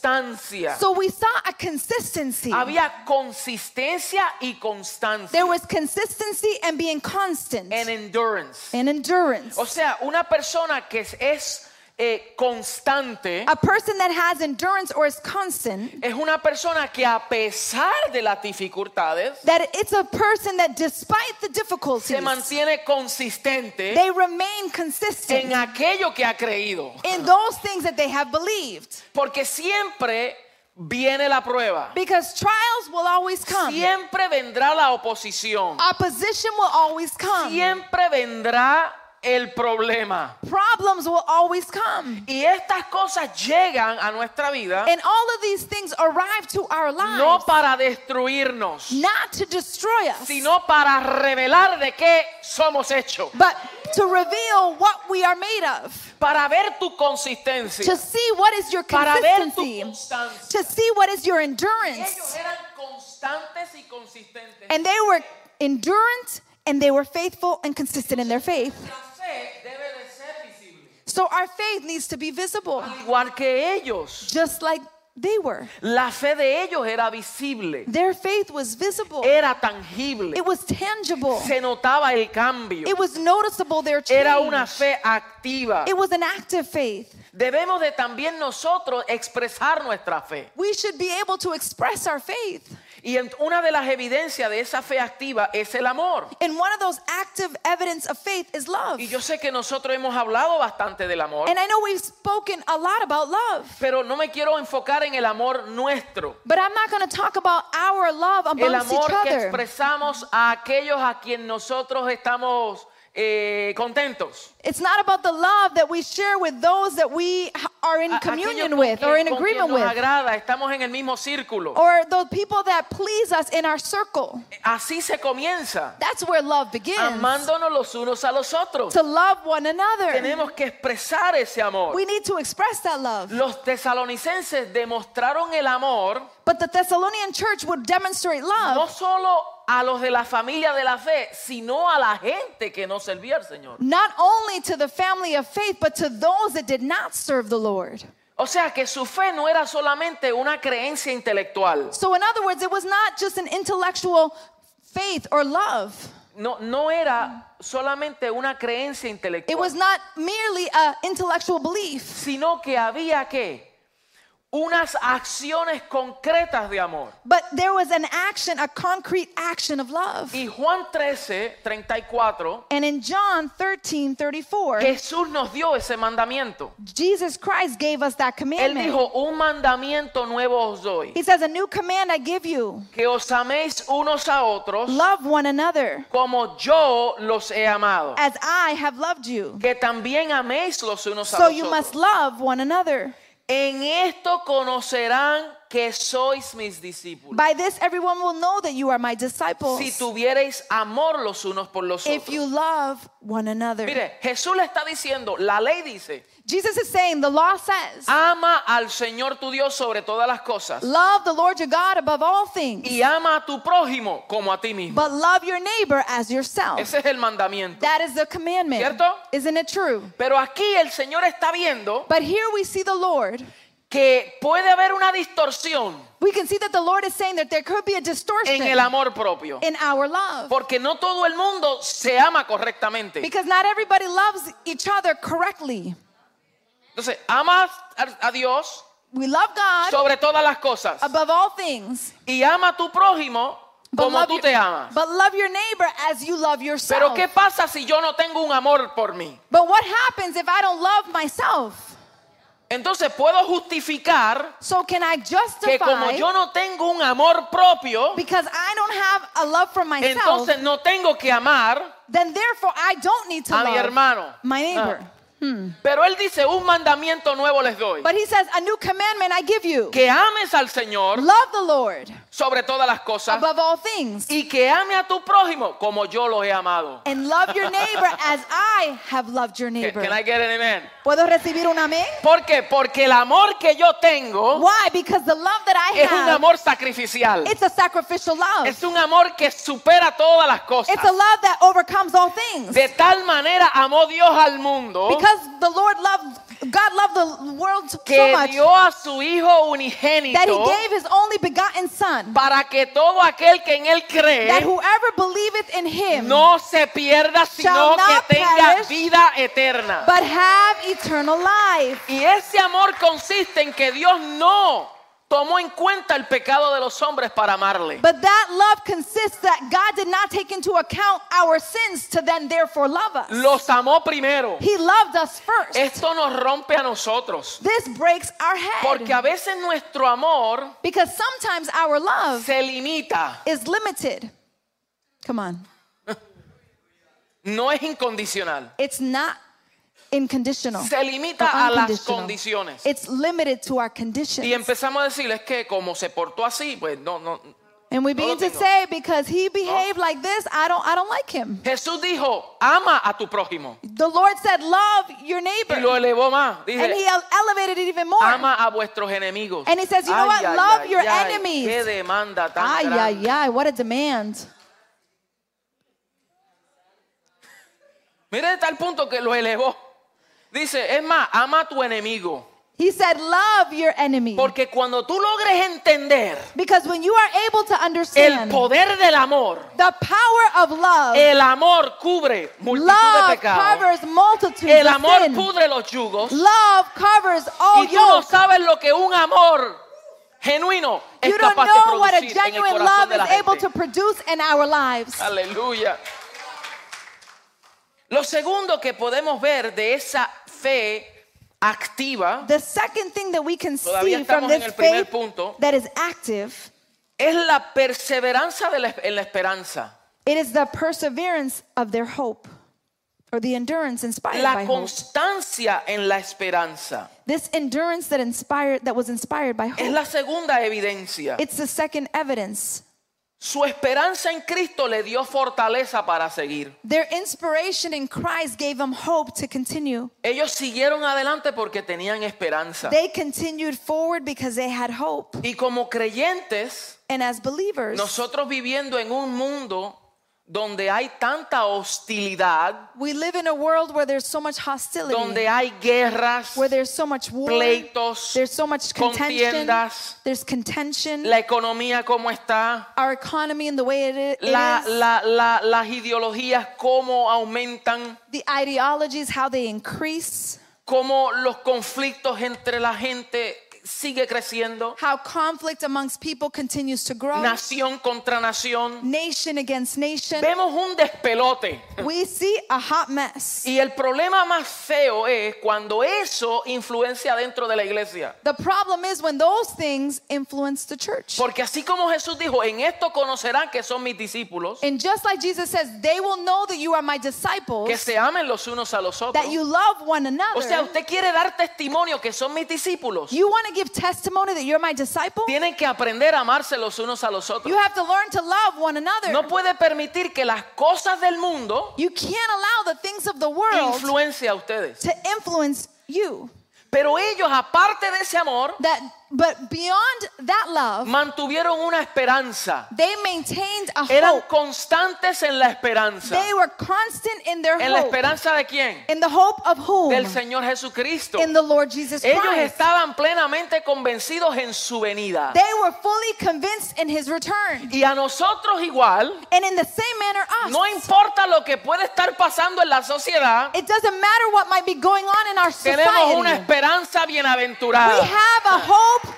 [SPEAKER 1] constancia.
[SPEAKER 2] So we saw a consistency.
[SPEAKER 1] Había consistencia y constancia
[SPEAKER 2] There was consistency and being constant
[SPEAKER 1] en endurance.
[SPEAKER 2] and endurance.
[SPEAKER 1] O sea, una persona que es, es, eh, constante
[SPEAKER 2] A person that has endurance or is constant,
[SPEAKER 1] es una persona que a pesar de las dificultades
[SPEAKER 2] that it's a person that despite the difficulties,
[SPEAKER 1] se mantiene consistente
[SPEAKER 2] they remain consistent
[SPEAKER 1] en aquello que ha creído.
[SPEAKER 2] in those things that they have believed.
[SPEAKER 1] Porque siempre viene la prueba.
[SPEAKER 2] Because trials will always come,
[SPEAKER 1] Siempre vendrá la oposición.
[SPEAKER 2] opposition will always come,
[SPEAKER 1] Siempre vendrá el problema.
[SPEAKER 2] problems will always come.
[SPEAKER 1] Y estas cosas llegan a nuestra vida
[SPEAKER 2] And all of these things arrive to our
[SPEAKER 1] no
[SPEAKER 2] lives
[SPEAKER 1] para destruirnos,
[SPEAKER 2] not to destroy us,
[SPEAKER 1] sino para revelar de qué somos hechos,
[SPEAKER 2] but to reveal what we are made of,
[SPEAKER 1] para ver tu
[SPEAKER 2] to
[SPEAKER 1] consistencia,
[SPEAKER 2] see what is your
[SPEAKER 1] para ver tu
[SPEAKER 2] consistency,
[SPEAKER 1] constancia.
[SPEAKER 2] to see what is your
[SPEAKER 1] Ellos
[SPEAKER 2] endurance.
[SPEAKER 1] eran constantes y consistentes.
[SPEAKER 2] And they were endurant and they were faithful and consistent in their faith.
[SPEAKER 1] La fe debe de ser visible.
[SPEAKER 2] So our faith needs to be visible,
[SPEAKER 1] Al Igual que ellos,
[SPEAKER 2] just like they were.
[SPEAKER 1] la fe de ellos era visible,
[SPEAKER 2] Their faith was visible,
[SPEAKER 1] era tangible,
[SPEAKER 2] it was tangible,
[SPEAKER 1] se notaba el cambio.
[SPEAKER 2] it was noticeable their
[SPEAKER 1] Era una
[SPEAKER 2] change.
[SPEAKER 1] fe activa.
[SPEAKER 2] It was an active faith.
[SPEAKER 1] Debemos de también nosotros expresar nuestra fe.
[SPEAKER 2] We should be able to express our faith.
[SPEAKER 1] Y en- una de las evidencias de esa fe activa es el amor.
[SPEAKER 2] And one of those active evidence of faith is love.
[SPEAKER 1] Y yo sé que nosotros hemos hablado bastante del amor,
[SPEAKER 2] And I know we've spoken a lot about love,
[SPEAKER 1] pero no me quiero enfocar en el amor nuestro.
[SPEAKER 2] but I'm not going to talk about our love
[SPEAKER 1] El
[SPEAKER 2] amongst each
[SPEAKER 1] amor que
[SPEAKER 2] other.
[SPEAKER 1] expresamos a aquellos a quien nosotros estamos eh, contentos.
[SPEAKER 2] It's not about the love that we share with those that we h- are in
[SPEAKER 1] A- aquellos
[SPEAKER 2] communion
[SPEAKER 1] con
[SPEAKER 2] with
[SPEAKER 1] quien-
[SPEAKER 2] or in
[SPEAKER 1] con quien
[SPEAKER 2] agreement
[SPEAKER 1] nos
[SPEAKER 2] with,
[SPEAKER 1] agrada, estamos en el mismo círculo.
[SPEAKER 2] or the people that please us in our circle.
[SPEAKER 1] Así se comienza,
[SPEAKER 2] That's where love begins.
[SPEAKER 1] amándonos los unos a los otros.
[SPEAKER 2] To love one another.
[SPEAKER 1] Tenemos que expresar ese amor.
[SPEAKER 2] We need to express that love.
[SPEAKER 1] Los tesalonicenses demostraron el amor
[SPEAKER 2] But the Thessalonian church would demonstrate
[SPEAKER 1] no
[SPEAKER 2] love
[SPEAKER 1] solo a los de la familia de la fe, sino a la gente que no servía al Señor.
[SPEAKER 2] not only to the family of faith, but to those that did not serve the Lord.
[SPEAKER 1] O sea que su fe no era solamente una creencia intelectual.
[SPEAKER 2] So, in other words, it was not just an intellectual faith or love.
[SPEAKER 1] No, no era solamente una creencia
[SPEAKER 2] It was
[SPEAKER 1] intelectual,
[SPEAKER 2] not merely an intellectual belief,
[SPEAKER 1] sino que había que unas acciones concretas de amor.
[SPEAKER 2] but there was an action, a concrete action of love.
[SPEAKER 1] Y Juan 13, 34,
[SPEAKER 2] And in John 13 34,
[SPEAKER 1] Jesús nos dio ese mandamiento.
[SPEAKER 2] Jesus Christ gave us that
[SPEAKER 1] Él
[SPEAKER 2] commandment.
[SPEAKER 1] dijo, un mandamiento nuevo os doy,
[SPEAKER 2] He says, A new command I give you
[SPEAKER 1] que os améis unos a otros
[SPEAKER 2] love one another
[SPEAKER 1] como yo los he amado.
[SPEAKER 2] as I have loved you.
[SPEAKER 1] Que también améis los unos a
[SPEAKER 2] So
[SPEAKER 1] los
[SPEAKER 2] you
[SPEAKER 1] otros.
[SPEAKER 2] must love one another.
[SPEAKER 1] En esto conocerán que sois mis discípulos.
[SPEAKER 2] By this, everyone will know that you are my disciples
[SPEAKER 1] Si tuvierais amor los unos por los
[SPEAKER 2] if you
[SPEAKER 1] otros.
[SPEAKER 2] love one another.
[SPEAKER 1] Mire, Jesús le está diciendo, la ley dice,
[SPEAKER 2] Jesus is saying, The law says,
[SPEAKER 1] ama al Señor tu Dios sobre todas las cosas
[SPEAKER 2] Love the Lord your God above all things,
[SPEAKER 1] y ama a tu prójimo como a ti mismo.
[SPEAKER 2] but love your neighbor as yourself.
[SPEAKER 1] Ese es el mandamiento.
[SPEAKER 2] That is the commandment.
[SPEAKER 1] ¿Cierto?
[SPEAKER 2] Isn't it true?
[SPEAKER 1] Pero aquí el Señor está viendo
[SPEAKER 2] But here we see the Lord.
[SPEAKER 1] que puede haber una distorsión
[SPEAKER 2] We can see that the Lord is saying that there could be a distortion
[SPEAKER 1] en el amor propio.
[SPEAKER 2] in our love
[SPEAKER 1] Porque no todo el mundo se ama correctamente.
[SPEAKER 2] because not everybody loves each other correctly.
[SPEAKER 1] Entonces, amas a a Dios
[SPEAKER 2] We love God
[SPEAKER 1] sobre todas las cosas
[SPEAKER 2] above all things,
[SPEAKER 1] y ama a tu prójimo
[SPEAKER 2] but
[SPEAKER 1] como
[SPEAKER 2] love,
[SPEAKER 1] tú
[SPEAKER 2] your,
[SPEAKER 1] te amas.
[SPEAKER 2] but love your neighbor as you love
[SPEAKER 1] Pero
[SPEAKER 2] yourself.
[SPEAKER 1] ¿qué pasa si yo no tengo un amor por mí?
[SPEAKER 2] But what happens if I don't love myself?
[SPEAKER 1] Entonces puedo justificar
[SPEAKER 2] So can I
[SPEAKER 1] que como
[SPEAKER 2] justify
[SPEAKER 1] yo no tengo un amor propio,
[SPEAKER 2] because I don't have a love for myself?
[SPEAKER 1] entonces no tengo que amar
[SPEAKER 2] then therefore I don't need to
[SPEAKER 1] a mi
[SPEAKER 2] love
[SPEAKER 1] hermano.
[SPEAKER 2] my neighbor.
[SPEAKER 1] Ah. Pero él dice, un mandamiento nuevo les doy.
[SPEAKER 2] But he says, a new commandment I give you.
[SPEAKER 1] Que ames al Señor
[SPEAKER 2] Love the Lord
[SPEAKER 1] sobre todas las cosas
[SPEAKER 2] above all things
[SPEAKER 1] y que ame a tu prójimo como yo los he amado.
[SPEAKER 2] and love your neighbor as I have loved your
[SPEAKER 1] Can,
[SPEAKER 2] neighbor.
[SPEAKER 1] can I get an amen?
[SPEAKER 2] ¿Puedo recibir un amén?
[SPEAKER 1] ¿Por qué? Porque el amor que yo tengo
[SPEAKER 2] Why? Because the love that I
[SPEAKER 1] Oh. es un
[SPEAKER 2] have,
[SPEAKER 1] amor sacrificial.
[SPEAKER 2] it's a sacrificial love.
[SPEAKER 1] Es un amor que supera todas las cosas.
[SPEAKER 2] It's a love that overcomes all things.
[SPEAKER 1] De tal manera amó Dios al mundo
[SPEAKER 2] Because the Lord loved, God loved the world so
[SPEAKER 1] que
[SPEAKER 2] much
[SPEAKER 1] dio a su Hijo
[SPEAKER 2] that he
[SPEAKER 1] unigénito
[SPEAKER 2] gave his only begotten son
[SPEAKER 1] para que todo aquel que en él
[SPEAKER 2] that
[SPEAKER 1] cree
[SPEAKER 2] whoever believeth in him
[SPEAKER 1] eh. no se pierda, sino
[SPEAKER 2] shall not
[SPEAKER 1] que tenga
[SPEAKER 2] perish,
[SPEAKER 1] vida eterna.
[SPEAKER 2] but have eternal life.
[SPEAKER 1] Y ese amor consiste en que Dios no tomó en cuenta el pecado de los hombres para amarle.
[SPEAKER 2] But that love consists that God did not take into account our sins to then therefore love us.
[SPEAKER 1] Los amó primero.
[SPEAKER 2] He loved us first.
[SPEAKER 1] Esto nos rompe a nosotros.
[SPEAKER 2] this breaks our
[SPEAKER 1] Porque
[SPEAKER 2] head.
[SPEAKER 1] a veces nuestro amor
[SPEAKER 2] Because sometimes our love
[SPEAKER 1] se limita,
[SPEAKER 2] is limited. Come on.
[SPEAKER 1] no es incondicional.
[SPEAKER 2] It's not inconditional.
[SPEAKER 1] Se limita
[SPEAKER 2] or
[SPEAKER 1] a las
[SPEAKER 2] unconditional.
[SPEAKER 1] condiciones.
[SPEAKER 2] It's limited to our
[SPEAKER 1] Y
[SPEAKER 2] conditions.
[SPEAKER 1] empezamos a decirles que como se portó así, pues no, no.
[SPEAKER 2] And we begin to
[SPEAKER 1] tengo.
[SPEAKER 2] say, because he behaved like this, I don't I don't like him.
[SPEAKER 1] Jesús dijo, ama a tu prójimo.
[SPEAKER 2] The Lord said, Love your
[SPEAKER 1] Y lo
[SPEAKER 2] neighbor.
[SPEAKER 1] elevó más.
[SPEAKER 2] And he
[SPEAKER 1] Dije,
[SPEAKER 2] ele- elevated it even more.
[SPEAKER 1] ama a vuestros enemigos.
[SPEAKER 2] And he says, you know what? Love your enemies.
[SPEAKER 1] Qué demanda tan
[SPEAKER 2] Ay, ay,
[SPEAKER 1] grande.
[SPEAKER 2] ay, what a demand.
[SPEAKER 1] Mire de tal punto que lo elevó. Dice, es más, ama a tu enemigo.
[SPEAKER 2] He said, Love your enemy.
[SPEAKER 1] Porque cuando tú logres entender
[SPEAKER 2] Because when you are able to
[SPEAKER 1] el
[SPEAKER 2] understand
[SPEAKER 1] poder del amor,
[SPEAKER 2] the power of love,
[SPEAKER 1] el amor cubre multitud de
[SPEAKER 2] love
[SPEAKER 1] pecados.
[SPEAKER 2] covers multitudes
[SPEAKER 1] El
[SPEAKER 2] of
[SPEAKER 1] amor
[SPEAKER 2] sin.
[SPEAKER 1] pudre los yugos.
[SPEAKER 2] Love covers all
[SPEAKER 1] Y tú no
[SPEAKER 2] yokes.
[SPEAKER 1] sabes lo que un amor genuino es
[SPEAKER 2] You don't
[SPEAKER 1] capaz de
[SPEAKER 2] know what a
[SPEAKER 1] producir en el
[SPEAKER 2] genuine
[SPEAKER 1] corazón
[SPEAKER 2] love
[SPEAKER 1] de la
[SPEAKER 2] is able
[SPEAKER 1] gente. Ah.
[SPEAKER 2] to produce in our lives.
[SPEAKER 1] Aleluya. Lo segundo que podemos ver de esa fe activa
[SPEAKER 2] The second thing that we can
[SPEAKER 1] Todavía
[SPEAKER 2] see from
[SPEAKER 1] estamos en
[SPEAKER 2] this
[SPEAKER 1] el primer
[SPEAKER 2] faith
[SPEAKER 1] punto.
[SPEAKER 2] that is active,
[SPEAKER 1] es la perseveranza de la- en la esperanza,
[SPEAKER 2] it is the perseverance of their hope or the endurance inspired by
[SPEAKER 1] la
[SPEAKER 2] hope.
[SPEAKER 1] constancia en la esperanza.
[SPEAKER 2] This endurance that inspired that was inspired by
[SPEAKER 1] Es
[SPEAKER 2] hope.
[SPEAKER 1] la segunda evidencia.
[SPEAKER 2] It's the second evidence.
[SPEAKER 1] Su esperanza en Cristo le dio fortaleza para seguir.
[SPEAKER 2] Their inspiration in Christ gave them hope to continue.
[SPEAKER 1] Ellos siguieron adelante porque tenían esperanza.
[SPEAKER 2] They continued forward because they had hope.
[SPEAKER 1] Y como creyentes,
[SPEAKER 2] And as believers,
[SPEAKER 1] nosotros viviendo en un mundo donde hay tanta hostilidad,
[SPEAKER 2] we live in a world where there's so much hostility,
[SPEAKER 1] donde hay guerras,
[SPEAKER 2] where there's so much war,
[SPEAKER 1] pleitos,
[SPEAKER 2] there's so much contention,
[SPEAKER 1] contiendas,
[SPEAKER 2] there's contention,
[SPEAKER 1] la economía como está,
[SPEAKER 2] our economy and the way it i- it is,
[SPEAKER 1] la- la- la- las ideologías cómo aumentan,
[SPEAKER 2] the ideologies, how they increase,
[SPEAKER 1] cómo los conflictos entre la gente sigue creciendo,
[SPEAKER 2] how conflict amongst people continues to grow,
[SPEAKER 1] nación contra nación.
[SPEAKER 2] nation against nation.
[SPEAKER 1] Vemos un despelote.
[SPEAKER 2] We see a hot mess.
[SPEAKER 1] Y el problema más feo es cuando eso influencia dentro de la iglesia.
[SPEAKER 2] The problem is when those things influence the church.
[SPEAKER 1] Porque así como Jesús dijo, en esto conocerán que son mis discípulos,
[SPEAKER 2] And just like Jesus says, they will know that you are my disciples,
[SPEAKER 1] que se amen los unos a los otros.
[SPEAKER 2] that you love one another.
[SPEAKER 1] O sea, usted quiere dar testimonio que son mis discípulos.
[SPEAKER 2] you want to give testimony that you're my disciple?
[SPEAKER 1] Tienen que aprender a amarse los unos a los
[SPEAKER 2] You
[SPEAKER 1] otros.
[SPEAKER 2] have to learn to love one another.
[SPEAKER 1] No puede permitir que las cosas del mundo
[SPEAKER 2] you can't allow the things of the world
[SPEAKER 1] influencien a ustedes.
[SPEAKER 2] to influence you.
[SPEAKER 1] Pero ellos, aparte de ese amor,
[SPEAKER 2] That but beyond that love,
[SPEAKER 1] mantuvieron una esperanza.
[SPEAKER 2] they maintained a
[SPEAKER 1] Eran
[SPEAKER 2] hope.
[SPEAKER 1] constantes en la esperanza.
[SPEAKER 2] They were constant in their
[SPEAKER 1] ¿En la
[SPEAKER 2] hope.
[SPEAKER 1] esperanza de quién?
[SPEAKER 2] In the hope of whom?
[SPEAKER 1] Del Señor Jesucristo.
[SPEAKER 2] In the Lord Jesus
[SPEAKER 1] Ellos
[SPEAKER 2] Christ.
[SPEAKER 1] estaban plenamente convencidos en su venida.
[SPEAKER 2] They were fully convinced in his return.
[SPEAKER 1] Y a nosotros igual,
[SPEAKER 2] And in the same manner us.
[SPEAKER 1] no importa lo que puede estar pasando en la sociedad,
[SPEAKER 2] It doesn't matter what might be going on in our
[SPEAKER 1] tenemos una
[SPEAKER 2] society.
[SPEAKER 1] esperanza
[SPEAKER 2] We
[SPEAKER 1] bienaventurada.
[SPEAKER 2] have a hope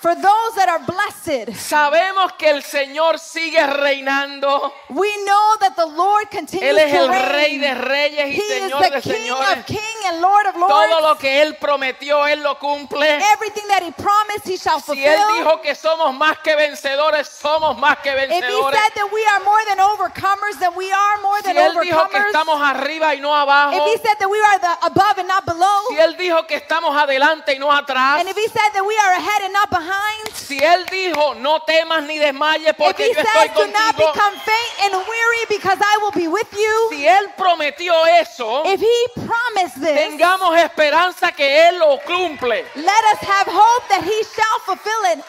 [SPEAKER 2] for those that are blessed.
[SPEAKER 1] Sabemos que el Señor sigue reinando.
[SPEAKER 2] We know that the Lord continues
[SPEAKER 1] Él es
[SPEAKER 2] to
[SPEAKER 1] el
[SPEAKER 2] reign.
[SPEAKER 1] Rey de Reyes y
[SPEAKER 2] he is
[SPEAKER 1] Señor
[SPEAKER 2] the
[SPEAKER 1] de
[SPEAKER 2] King
[SPEAKER 1] Señores.
[SPEAKER 2] of King and Lord of
[SPEAKER 1] Todo
[SPEAKER 2] Lords.
[SPEAKER 1] lo que Él prometió, Él lo cumple.
[SPEAKER 2] Everything that He promised, He shall
[SPEAKER 1] Si Él
[SPEAKER 2] fulfill.
[SPEAKER 1] dijo que somos más que vencedores, somos más que
[SPEAKER 2] If he said
[SPEAKER 1] vencedores.
[SPEAKER 2] that we are more than overcomers, then we are more
[SPEAKER 1] Si
[SPEAKER 2] than
[SPEAKER 1] Él dijo que
[SPEAKER 2] overcomers.
[SPEAKER 1] estamos arriba y no abajo.
[SPEAKER 2] If he said that we are the above and not below,
[SPEAKER 1] Si Él dijo que estamos adelante y no atrás.
[SPEAKER 2] and if he said that we are ahead and not behind,
[SPEAKER 1] Si Él dijo, no temas ni desmayes
[SPEAKER 2] if
[SPEAKER 1] porque
[SPEAKER 2] he
[SPEAKER 1] yo estoy
[SPEAKER 2] says do not
[SPEAKER 1] contigo.
[SPEAKER 2] become faint and weary because I will be with you,
[SPEAKER 1] Si Él prometió eso,
[SPEAKER 2] if he promised this,
[SPEAKER 1] tengamos esperanza que Él lo cumple.
[SPEAKER 2] let us have hope that he shall fulfill it.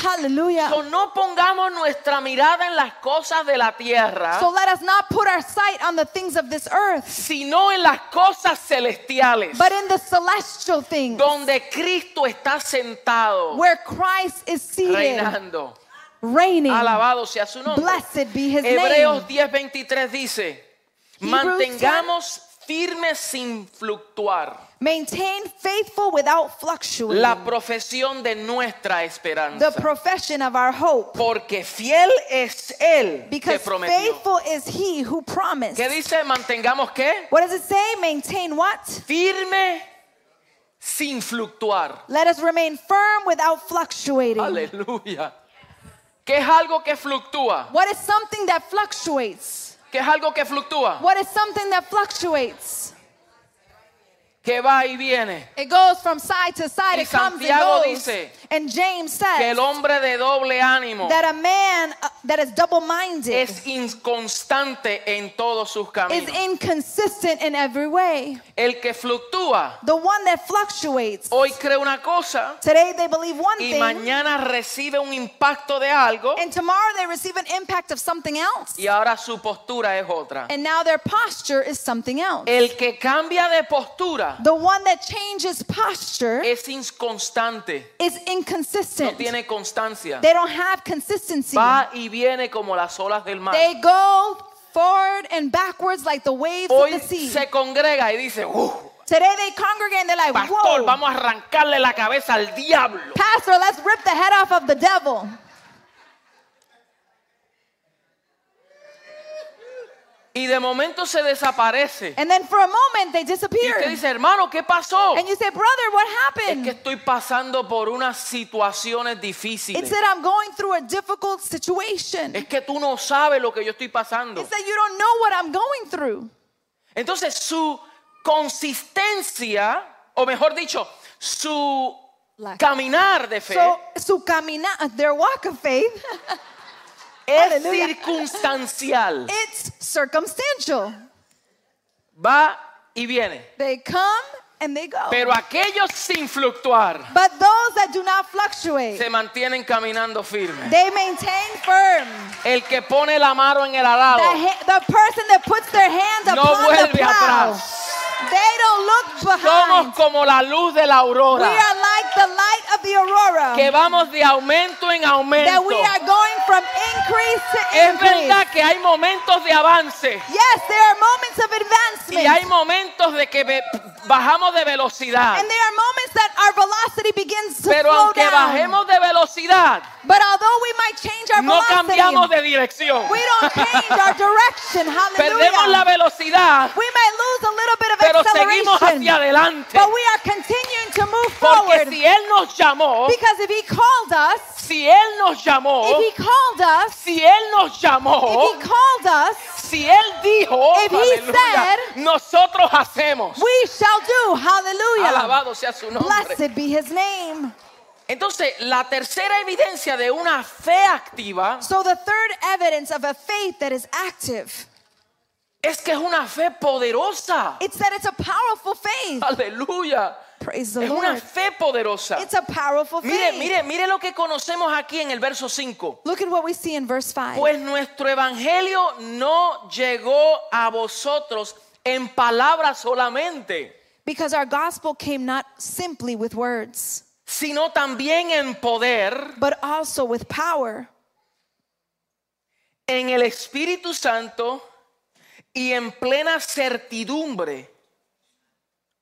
[SPEAKER 2] Hallelujah.
[SPEAKER 1] So, no pongamos nuestra mirada en las cosas de la tierra,
[SPEAKER 2] So let us not put our sight on the things of this earth,
[SPEAKER 1] sino en las cosas celestiales,
[SPEAKER 2] but in the celestial things
[SPEAKER 1] donde Cristo está sentado,
[SPEAKER 2] where Christ is seated,
[SPEAKER 1] reinando.
[SPEAKER 2] reigning.
[SPEAKER 1] Alabado sea su nombre.
[SPEAKER 2] Blessed be his
[SPEAKER 1] Hebreos
[SPEAKER 2] name.
[SPEAKER 1] 10:23 dice, mantengamos firmes sin fluctuar
[SPEAKER 2] Maintain faithful without fluctuating
[SPEAKER 1] la profesión de nuestra
[SPEAKER 2] the
[SPEAKER 1] esperanza,
[SPEAKER 2] profession of our hope.
[SPEAKER 1] porque fiel es él que
[SPEAKER 2] Because
[SPEAKER 1] prometió.
[SPEAKER 2] faithful is he who promised.
[SPEAKER 1] ¿Qué dice? Mantengamos qué?
[SPEAKER 2] What does it say? Maintain what?
[SPEAKER 1] Firme sin fluctuar.
[SPEAKER 2] Let us remain firm without fluctuating.
[SPEAKER 1] Aleluya. ¿Qué es algo que fluctúa?
[SPEAKER 2] What is something that fluctuates?
[SPEAKER 1] ¿Qué es algo que fluctúa?
[SPEAKER 2] What is something that fluctuates?
[SPEAKER 1] Que va y viene.
[SPEAKER 2] It goes from side to side,
[SPEAKER 1] Y
[SPEAKER 2] it comes
[SPEAKER 1] Santiago
[SPEAKER 2] and goes.
[SPEAKER 1] dice
[SPEAKER 2] and James
[SPEAKER 1] Que
[SPEAKER 2] says
[SPEAKER 1] el hombre de doble ánimo
[SPEAKER 2] that a man uh, that is double minded
[SPEAKER 1] es inconstante en todos sus
[SPEAKER 2] is
[SPEAKER 1] caminos.
[SPEAKER 2] inconsistent in every way.
[SPEAKER 1] El que fluctúa
[SPEAKER 2] The one that fluctuates.
[SPEAKER 1] hoy cree una cosa
[SPEAKER 2] Today they believe one
[SPEAKER 1] y
[SPEAKER 2] thing,
[SPEAKER 1] mañana recibe un impacto de algo
[SPEAKER 2] and tomorrow they receive an impact of something else,
[SPEAKER 1] y ahora su postura es otra.
[SPEAKER 2] and now their posture is something else.
[SPEAKER 1] El que cambia de postura
[SPEAKER 2] The one that changes posture
[SPEAKER 1] es inconstante,
[SPEAKER 2] is
[SPEAKER 1] no
[SPEAKER 2] inconsistent.
[SPEAKER 1] tiene constancia.
[SPEAKER 2] They don't have consistency.
[SPEAKER 1] Va y viene como las olas del mar.
[SPEAKER 2] They go forward and backwards like the waves of
[SPEAKER 1] Hoy
[SPEAKER 2] the sea.
[SPEAKER 1] se congrega y dice, "Uh,
[SPEAKER 2] Today they congregate and they're like,
[SPEAKER 3] Pastor,
[SPEAKER 2] whoa,
[SPEAKER 3] vamos a arrancarle la cabeza al diablo.
[SPEAKER 2] Pastor, let's rip the head off of the devil.
[SPEAKER 1] Y de momento se desaparece.
[SPEAKER 2] And then for a moment they
[SPEAKER 1] Y usted
[SPEAKER 2] disappear.
[SPEAKER 1] dice, hermano, ¿qué pasó?
[SPEAKER 2] And you say, brother, what
[SPEAKER 1] Es que
[SPEAKER 2] happened?
[SPEAKER 1] estoy pasando por unas situaciones
[SPEAKER 2] It's
[SPEAKER 1] difíciles.
[SPEAKER 2] that I'm going through a difficult situation.
[SPEAKER 1] Es que tú no sabes lo que yo estoy pasando.
[SPEAKER 2] It's that you don't know what I'm going through.
[SPEAKER 1] Entonces su consistencia, o mejor dicho, su
[SPEAKER 2] Lack.
[SPEAKER 1] caminar de fe
[SPEAKER 2] So, su camina, their walk of faith,
[SPEAKER 1] es
[SPEAKER 2] Aleluya.
[SPEAKER 1] circunstancial.
[SPEAKER 2] it's circumstantial.
[SPEAKER 1] Va y viene.
[SPEAKER 2] They come and they go.
[SPEAKER 1] Pero aquellos sin fluctuar
[SPEAKER 2] But those that do not fluctuate,
[SPEAKER 1] se mantienen caminando firmes.
[SPEAKER 2] they maintain firm.
[SPEAKER 1] El que pone la mano en el arado
[SPEAKER 2] The, ha- the person that puts their hands
[SPEAKER 1] no
[SPEAKER 2] upon the
[SPEAKER 1] vuelve
[SPEAKER 2] plow,
[SPEAKER 1] atrás.
[SPEAKER 2] they don't look
[SPEAKER 1] Somos
[SPEAKER 2] behind.
[SPEAKER 1] como la luz de la
[SPEAKER 2] We
[SPEAKER 1] aurora,
[SPEAKER 2] are like the light of the aurora.
[SPEAKER 1] que vamos de aumento en
[SPEAKER 2] that
[SPEAKER 1] aumento.
[SPEAKER 2] we are going from increase to
[SPEAKER 1] Es
[SPEAKER 2] increase.
[SPEAKER 1] verdad que hay momentos de avance
[SPEAKER 2] Yes, there are moments of
[SPEAKER 1] y hay
[SPEAKER 2] advancement.
[SPEAKER 1] momentos de que ve- bajamos de velocidad.
[SPEAKER 2] And there are moments that our velocity begins to
[SPEAKER 1] Pero
[SPEAKER 2] slow
[SPEAKER 1] aunque
[SPEAKER 2] down.
[SPEAKER 1] bajemos de velocidad,
[SPEAKER 2] But although we might change our
[SPEAKER 1] no cambiamos
[SPEAKER 2] velocity,
[SPEAKER 1] de dirección.
[SPEAKER 2] we don't change our direction.
[SPEAKER 1] Perdemos la
[SPEAKER 2] Hallelujah.
[SPEAKER 1] velocidad,
[SPEAKER 2] We might lose a little bit of
[SPEAKER 1] pero seguimos hacia
[SPEAKER 2] acceleration,
[SPEAKER 1] adelante.
[SPEAKER 2] but we are continuing to move
[SPEAKER 1] Porque
[SPEAKER 2] forward.
[SPEAKER 1] si Él nos llamó,
[SPEAKER 2] Because if He called us,
[SPEAKER 1] si Él nos llamó,
[SPEAKER 2] if He called us,
[SPEAKER 1] si Él nos llamó,
[SPEAKER 2] if He called us,
[SPEAKER 1] si Él dijo,
[SPEAKER 2] If he
[SPEAKER 1] aleluya,
[SPEAKER 2] said-
[SPEAKER 1] nosotros hacemos.
[SPEAKER 2] we shall do. Hallelujah.
[SPEAKER 1] Alabado sea su nombre.
[SPEAKER 2] Blessed be His name.
[SPEAKER 1] Entonces, la tercera evidencia de una fe activa
[SPEAKER 2] So the third evidence of a faith that is active,
[SPEAKER 1] es que es una fe poderosa.
[SPEAKER 2] it's that it's a powerful faith.
[SPEAKER 1] Aleluya.
[SPEAKER 2] Praise the
[SPEAKER 1] Es Ah. una
[SPEAKER 2] Lord.
[SPEAKER 1] fe poderosa.
[SPEAKER 2] It's a powerful
[SPEAKER 1] Mire,
[SPEAKER 2] faith.
[SPEAKER 1] mire, mire lo que conocemos aquí en el verso 5.
[SPEAKER 2] Look at what we see in verse 5.
[SPEAKER 1] Pues nuestro evangelio no llegó a vosotros en palabras solamente,
[SPEAKER 2] Because our gospel came not simply with words,
[SPEAKER 1] sino también en poder,
[SPEAKER 2] but also with power,
[SPEAKER 1] en el Espíritu Santo y en plena certidumbre.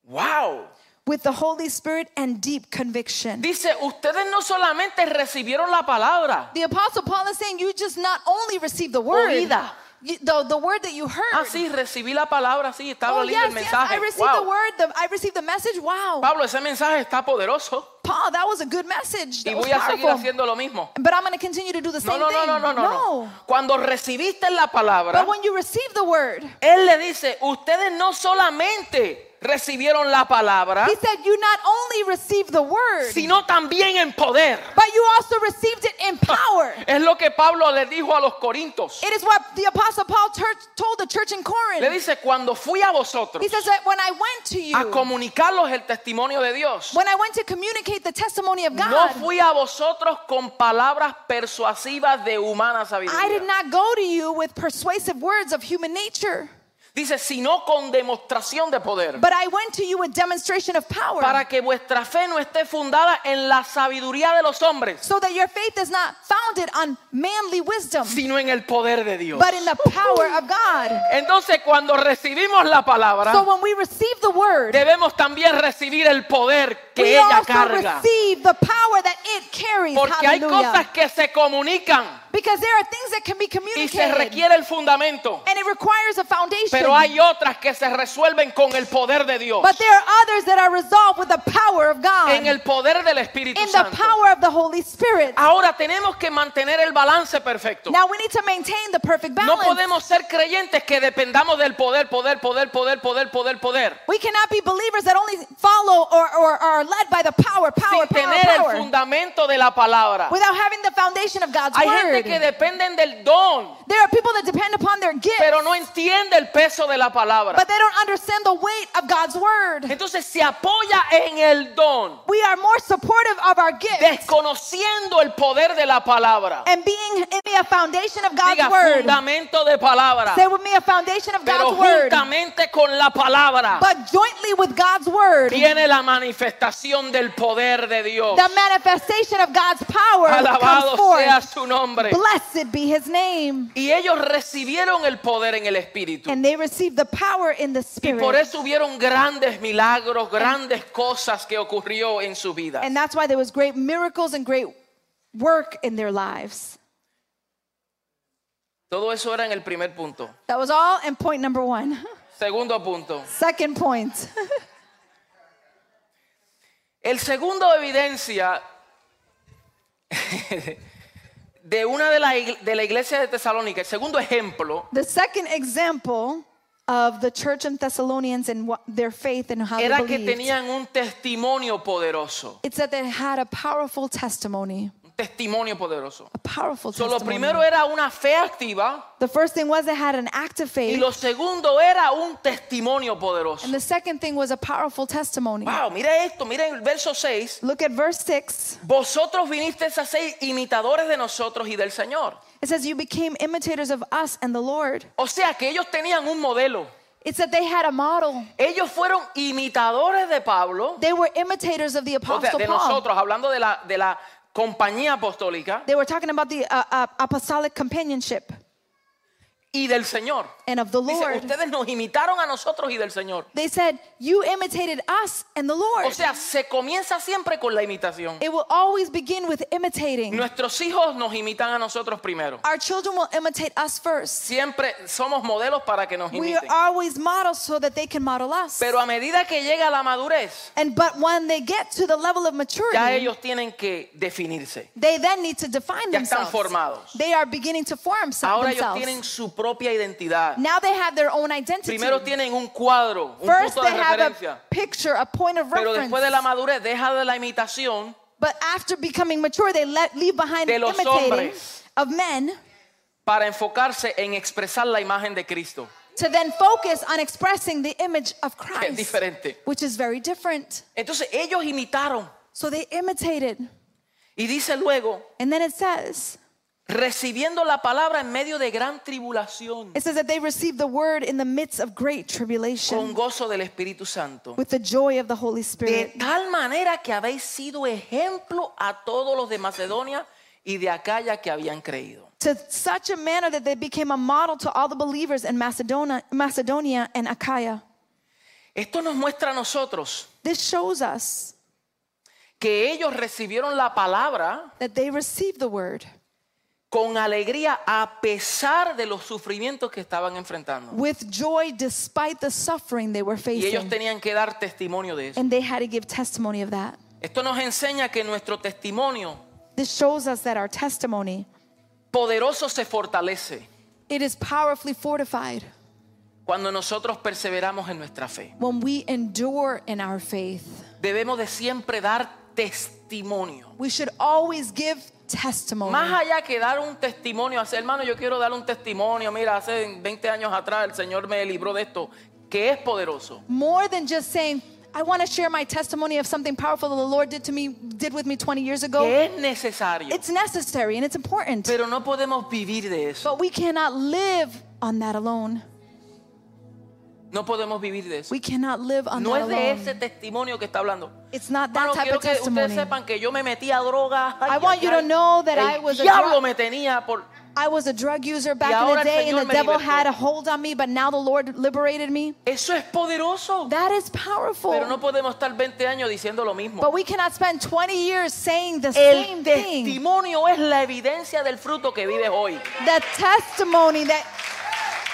[SPEAKER 1] Wow.
[SPEAKER 2] with the Holy Spirit and deep conviction.
[SPEAKER 1] Dice, ustedes no solamente recibieron la palabra,
[SPEAKER 2] The Apostle Paul is saying you just not only received the word,
[SPEAKER 1] Oída.
[SPEAKER 2] you- the, the word that you heard.
[SPEAKER 1] ah, sí, recibí la palabra, sí, estaba
[SPEAKER 2] oh,
[SPEAKER 1] lindo
[SPEAKER 2] yes,
[SPEAKER 1] el
[SPEAKER 2] yes,
[SPEAKER 1] mensaje.
[SPEAKER 2] I received
[SPEAKER 1] Wow.
[SPEAKER 2] the word, the, I received the message. Wow,
[SPEAKER 1] Pablo, ese mensaje está poderoso
[SPEAKER 2] Paul, that was a good message.
[SPEAKER 1] y
[SPEAKER 2] That was
[SPEAKER 1] voy a seguir
[SPEAKER 2] powerful.
[SPEAKER 1] haciendo lo mismo.
[SPEAKER 2] But I'm going to continue to do the
[SPEAKER 1] No,
[SPEAKER 2] same
[SPEAKER 1] no, no,
[SPEAKER 2] thing.
[SPEAKER 1] no, no, no, no. Cuando recibiste la palabra,
[SPEAKER 2] But when you receive the word,
[SPEAKER 1] él le dice, ustedes no solamente recibieron la palabra,
[SPEAKER 2] he said, you not only received the word,
[SPEAKER 1] sino también en poder.
[SPEAKER 2] but you also received it in
[SPEAKER 1] Ah.
[SPEAKER 2] power.
[SPEAKER 1] Es lo que Pablo le dijo a los corintios.
[SPEAKER 2] it is what the Apostle Paul church, told the church in
[SPEAKER 1] Le
[SPEAKER 2] Corinth.
[SPEAKER 1] dice, cuando fui a vosotros
[SPEAKER 2] He says that when I went to you,
[SPEAKER 1] a comunicarlos el testimonio de Dios,
[SPEAKER 2] when I went to communicate the testimony of
[SPEAKER 1] no
[SPEAKER 2] God,
[SPEAKER 1] fui a vosotros con palabras persuasivas de humana
[SPEAKER 2] I did
[SPEAKER 1] sabiduría.
[SPEAKER 2] not go to you with persuasive words of human nature,
[SPEAKER 1] Dice, sino con demostración de poder.
[SPEAKER 2] but I went to you with demonstration of power.
[SPEAKER 1] Para que vuestra fe no esté fundada en la sabiduría de los hombres,
[SPEAKER 2] so that your faith is not founded on manly wisdom,
[SPEAKER 1] sino en el poder de Dios.
[SPEAKER 2] but in the power of God.
[SPEAKER 1] Entonces, cuando recibimos la palabra,
[SPEAKER 2] So when we receive the word,
[SPEAKER 1] debemos también recibir el poder que
[SPEAKER 2] we
[SPEAKER 1] ella
[SPEAKER 2] also
[SPEAKER 1] carga.
[SPEAKER 2] receive the power that it carries.
[SPEAKER 1] Porque hay
[SPEAKER 2] Hallelujah.
[SPEAKER 1] cosas que se comunican
[SPEAKER 2] because there are things that can be
[SPEAKER 1] y se
[SPEAKER 2] communicated,
[SPEAKER 1] requiere el fundamento,
[SPEAKER 2] and it requires a foundation.
[SPEAKER 1] pero hay otras que se resuelven con el poder de Dios,
[SPEAKER 2] but there are others that are resolved with the power of God,
[SPEAKER 1] en el poder del Espíritu
[SPEAKER 2] in the
[SPEAKER 1] Santo.
[SPEAKER 2] power of the Holy Spirit.
[SPEAKER 1] Ahora tenemos que mantener el balance perfecto.
[SPEAKER 2] Now we need to maintain the perfect
[SPEAKER 1] No
[SPEAKER 2] balance.
[SPEAKER 1] podemos ser creyentes que dependamos del poder, poder, poder, poder, poder, poder, poder.
[SPEAKER 2] we cannot be believers that only follow or, or are led by the power, power,
[SPEAKER 1] sin
[SPEAKER 2] power,
[SPEAKER 1] tener el
[SPEAKER 2] power,
[SPEAKER 1] fundamento de la palabra.
[SPEAKER 2] without having the foundation of God's
[SPEAKER 1] Hay
[SPEAKER 2] word.
[SPEAKER 1] gente que dependen del don,
[SPEAKER 2] there are people that depend upon their gift,
[SPEAKER 1] pero no entiende el peso de la palabra.
[SPEAKER 2] but they don't understand the weight of God's word.
[SPEAKER 1] Entonces se apoya en el don,
[SPEAKER 2] We are more supportive of our gifts
[SPEAKER 1] desconociendo el poder de la palabra.
[SPEAKER 2] and being in me a foundation of God's
[SPEAKER 1] Diga
[SPEAKER 2] word.
[SPEAKER 1] fundamento de palabra,
[SPEAKER 2] Say with me a foundation of
[SPEAKER 1] pero
[SPEAKER 2] God's word.
[SPEAKER 1] juntamente con la palabra
[SPEAKER 2] But jointly with God's word, the
[SPEAKER 1] viene la manifestación del poder de Dios.
[SPEAKER 2] manifestation of God's power comes
[SPEAKER 1] Alabado sea
[SPEAKER 2] forth.
[SPEAKER 1] su nombre.
[SPEAKER 2] Blessed be his name.
[SPEAKER 1] Y ellos recibieron el poder en el Espíritu.
[SPEAKER 2] And they received the power in the
[SPEAKER 1] Y por
[SPEAKER 2] Spirit.
[SPEAKER 1] eso hubieron grandes milagros, grandes cosas que ocurrió en su vida.
[SPEAKER 2] And that's why there was great miracles and great work in their lives.
[SPEAKER 1] Todo eso era en el primer punto.
[SPEAKER 2] That was all in point number one.
[SPEAKER 1] Segundo punto.
[SPEAKER 2] Second point.
[SPEAKER 1] El segundo evidencia de una de, la ig- de la iglesia de Tesalónica, el segundo ejemplo,
[SPEAKER 2] The second example of the church in Thessalonians and what, their faith and how
[SPEAKER 1] era
[SPEAKER 2] they
[SPEAKER 1] que
[SPEAKER 2] believed.
[SPEAKER 1] tenían un testimonio poderoso.
[SPEAKER 2] It's that they had a powerful testimony.
[SPEAKER 1] Un testimonio poderoso.
[SPEAKER 2] A powerful
[SPEAKER 1] So, lo
[SPEAKER 2] testimony.
[SPEAKER 1] primero era una fe activa
[SPEAKER 2] the first thing was they had an active
[SPEAKER 1] y
[SPEAKER 2] faith.
[SPEAKER 1] lo segundo era un testimonio poderoso.
[SPEAKER 2] And the second thing was a powerful testimony.
[SPEAKER 1] Wow, mira esto, mira el verso 6.
[SPEAKER 2] Look at verse 6.
[SPEAKER 1] Vosotros vinisteis a ser imitadores de nosotros y del Señor.
[SPEAKER 2] It says, You became imitators of us and the Lord.
[SPEAKER 1] O sea que ellos tenían un modelo.
[SPEAKER 2] It's that they had a model.
[SPEAKER 1] Ellos fueron imitadores de Pablo,
[SPEAKER 2] They were imitators of the
[SPEAKER 1] o sea,
[SPEAKER 2] Apostle
[SPEAKER 1] de
[SPEAKER 2] Paul.
[SPEAKER 1] nosotros, hablando de la, de la compañía apostólica
[SPEAKER 2] They were talking about the uh, uh, apostolic companionship
[SPEAKER 1] y del Señor.
[SPEAKER 2] and of the
[SPEAKER 1] Dice,
[SPEAKER 2] Lord.
[SPEAKER 1] ustedes nos imitaron a nosotros y del Señor.
[SPEAKER 2] They said, You imitated us and the Lord.
[SPEAKER 1] O sea, se comienza siempre con la imitación.
[SPEAKER 2] It will always begin with imitating.
[SPEAKER 1] Nuestros hijos nos imitan a nosotros primero.
[SPEAKER 2] Our children will imitate us first.
[SPEAKER 1] Siempre somos modelos para que nos
[SPEAKER 2] We are
[SPEAKER 1] imiten.
[SPEAKER 2] always models so that they can model us.
[SPEAKER 1] Pero a medida que llega la madurez,
[SPEAKER 2] And but when they get to the level of
[SPEAKER 1] ya
[SPEAKER 2] maturity,
[SPEAKER 1] ellos tienen que definirse.
[SPEAKER 2] they then need to define
[SPEAKER 1] Ya están
[SPEAKER 2] themselves.
[SPEAKER 1] formados.
[SPEAKER 2] They are beginning to form some-
[SPEAKER 1] Ahora ellos tienen
[SPEAKER 2] themselves.
[SPEAKER 1] su propia identidad.
[SPEAKER 2] Now they have their own identity.
[SPEAKER 1] Primero tienen un cuadro, un
[SPEAKER 2] First,
[SPEAKER 1] punto de
[SPEAKER 2] they have
[SPEAKER 1] referencia.
[SPEAKER 2] a picture, a point of
[SPEAKER 1] Pero después de
[SPEAKER 2] reference.
[SPEAKER 1] la madurez, deja de la imitación
[SPEAKER 2] But after becoming mature, they let, leave behind
[SPEAKER 1] De los
[SPEAKER 2] imitating
[SPEAKER 1] hombres.
[SPEAKER 2] of men
[SPEAKER 1] para enfocarse en expresar la imagen de Cristo.
[SPEAKER 2] to then focus on expressing the image
[SPEAKER 1] Es
[SPEAKER 2] of Christ,
[SPEAKER 1] diferente.
[SPEAKER 2] which is very different.
[SPEAKER 1] Entonces ellos imitaron.
[SPEAKER 2] So they imitated.
[SPEAKER 1] Y dice luego,
[SPEAKER 2] And then it says,
[SPEAKER 1] recibiendo la palabra en medio de gran tribulación,
[SPEAKER 2] it says that they received the word in the midst of great
[SPEAKER 1] con
[SPEAKER 2] tribulation
[SPEAKER 1] gozo del Espíritu Santo.
[SPEAKER 2] with the joy of the Holy
[SPEAKER 1] De
[SPEAKER 2] Spirit.
[SPEAKER 1] tal manera que habéis sido ejemplo a todos los de Macedonia y de Acaya que habían creído.
[SPEAKER 2] To such a manner that they became a model to all the believers in Macedonia, Macedonia and Achaia.
[SPEAKER 1] Esto nos muestra a nosotros
[SPEAKER 2] This shows us
[SPEAKER 1] que ellos recibieron la palabra
[SPEAKER 2] that they received the word
[SPEAKER 1] con alegría a pesar de los sufrimientos que estaban enfrentando.
[SPEAKER 2] with joy despite the suffering they were
[SPEAKER 1] Y ellos
[SPEAKER 2] facing.
[SPEAKER 1] tenían que dar testimonio de eso.
[SPEAKER 2] And they had to give testimony of that.
[SPEAKER 1] Esto nos enseña que nuestro testimonio
[SPEAKER 2] This shows us that our testimony,
[SPEAKER 1] poderoso se fortalece
[SPEAKER 2] it is powerfully fortified
[SPEAKER 1] cuando nosotros perseveramos en nuestra fe.
[SPEAKER 2] when we endure in our faith.
[SPEAKER 1] Debemos de siempre dar testimonio.
[SPEAKER 2] We should always give testimony.
[SPEAKER 1] Más allá que dar un testimonio, hacer, hermano, yo quiero dar un testimonio. Mira, hace 20 años atrás el Señor me libró de esto, que es poderoso.
[SPEAKER 2] More than just saying, I want to share my testimony of something powerful that the Lord did to me, did with me 20 years ago.
[SPEAKER 1] que es necesario.
[SPEAKER 2] It's necessary and it's important.
[SPEAKER 1] Pero no podemos vivir de eso.
[SPEAKER 2] But we cannot live on that alone.
[SPEAKER 1] No podemos vivir de eso.
[SPEAKER 2] We cannot live on
[SPEAKER 1] No
[SPEAKER 2] that
[SPEAKER 1] es de ese
[SPEAKER 2] alone.
[SPEAKER 1] testimonio que está hablando.
[SPEAKER 2] It's not that
[SPEAKER 1] Hermano,
[SPEAKER 2] type
[SPEAKER 1] quiero
[SPEAKER 2] of
[SPEAKER 1] que ustedes
[SPEAKER 2] testimony.
[SPEAKER 1] sepan que yo me metí a droga. Ay,
[SPEAKER 2] I want
[SPEAKER 1] ay,
[SPEAKER 2] you to
[SPEAKER 1] ay.
[SPEAKER 2] know that I
[SPEAKER 1] el
[SPEAKER 2] was a
[SPEAKER 1] diablo
[SPEAKER 2] drug-
[SPEAKER 1] me tenía por.
[SPEAKER 2] I was a drug user
[SPEAKER 1] Y
[SPEAKER 2] back in
[SPEAKER 1] ahora
[SPEAKER 2] the
[SPEAKER 1] el
[SPEAKER 2] day, and
[SPEAKER 1] Señor
[SPEAKER 2] the
[SPEAKER 1] me
[SPEAKER 2] devil
[SPEAKER 1] libertó.
[SPEAKER 2] had a hold on me, but now the Lord liberated me.
[SPEAKER 1] Eso es poderoso.
[SPEAKER 2] That is powerful.
[SPEAKER 1] Pero no podemos estar 20 años diciendo lo mismo.
[SPEAKER 2] But we cannot spend 20 years saying the
[SPEAKER 1] El
[SPEAKER 2] same thing.
[SPEAKER 1] testimonio es la evidencia del fruto que vives hoy.
[SPEAKER 2] The testimony that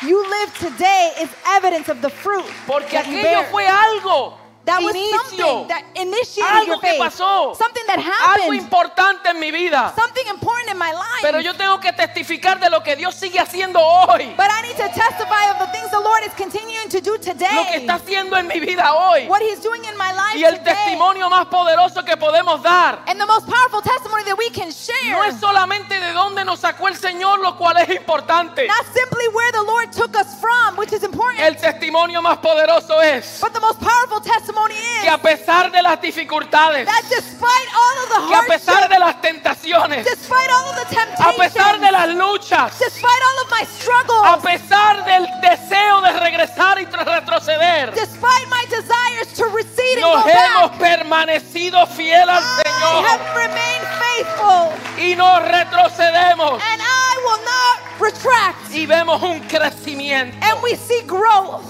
[SPEAKER 2] you live today is evidence of the fruit
[SPEAKER 1] Porque
[SPEAKER 2] that you
[SPEAKER 1] aquello
[SPEAKER 2] bear.
[SPEAKER 1] fue algo.
[SPEAKER 2] that was
[SPEAKER 1] Inicio.
[SPEAKER 2] something that initiated your
[SPEAKER 1] Algo que
[SPEAKER 2] faith.
[SPEAKER 1] pasó.
[SPEAKER 2] Something that
[SPEAKER 1] Algo
[SPEAKER 2] happened.
[SPEAKER 1] importante en mi vida.
[SPEAKER 2] something important in my life.
[SPEAKER 1] Pero yo tengo que testificar de lo que Dios sigue haciendo hoy.
[SPEAKER 2] but I need to testify of the things the Lord is continuing to do today.
[SPEAKER 1] Lo que está haciendo en mi vida hoy.
[SPEAKER 2] what He's doing in my life
[SPEAKER 1] Y el
[SPEAKER 2] today.
[SPEAKER 1] testimonio más poderoso que podemos dar
[SPEAKER 2] and the most powerful testimony that we can share.
[SPEAKER 1] no es solamente de dónde nos sacó el Señor, lo cual es importante.
[SPEAKER 2] not simply where the Lord took us from, which is important.
[SPEAKER 1] El testimonio más poderoso es
[SPEAKER 2] but the most powerful testimony is
[SPEAKER 1] que a pesar de las dificultades,
[SPEAKER 2] that despite all of the
[SPEAKER 1] que a pesar
[SPEAKER 2] hardship,
[SPEAKER 1] de las tentaciones,
[SPEAKER 2] despite all of the
[SPEAKER 1] a pesar de
[SPEAKER 2] temptations,
[SPEAKER 1] las luchas,
[SPEAKER 2] despite all of my
[SPEAKER 1] a
[SPEAKER 2] struggles,
[SPEAKER 1] pesar del deseo de regresar y tras retroceder,
[SPEAKER 2] despite my desires to recede and go
[SPEAKER 1] nos hemos
[SPEAKER 2] back,
[SPEAKER 1] permanecido fiel al
[SPEAKER 2] I
[SPEAKER 1] Señor.
[SPEAKER 2] have remained faithful.
[SPEAKER 1] y no retrocedemos
[SPEAKER 2] and I will not retract.
[SPEAKER 1] y vemos un crecimiento
[SPEAKER 2] And we see growth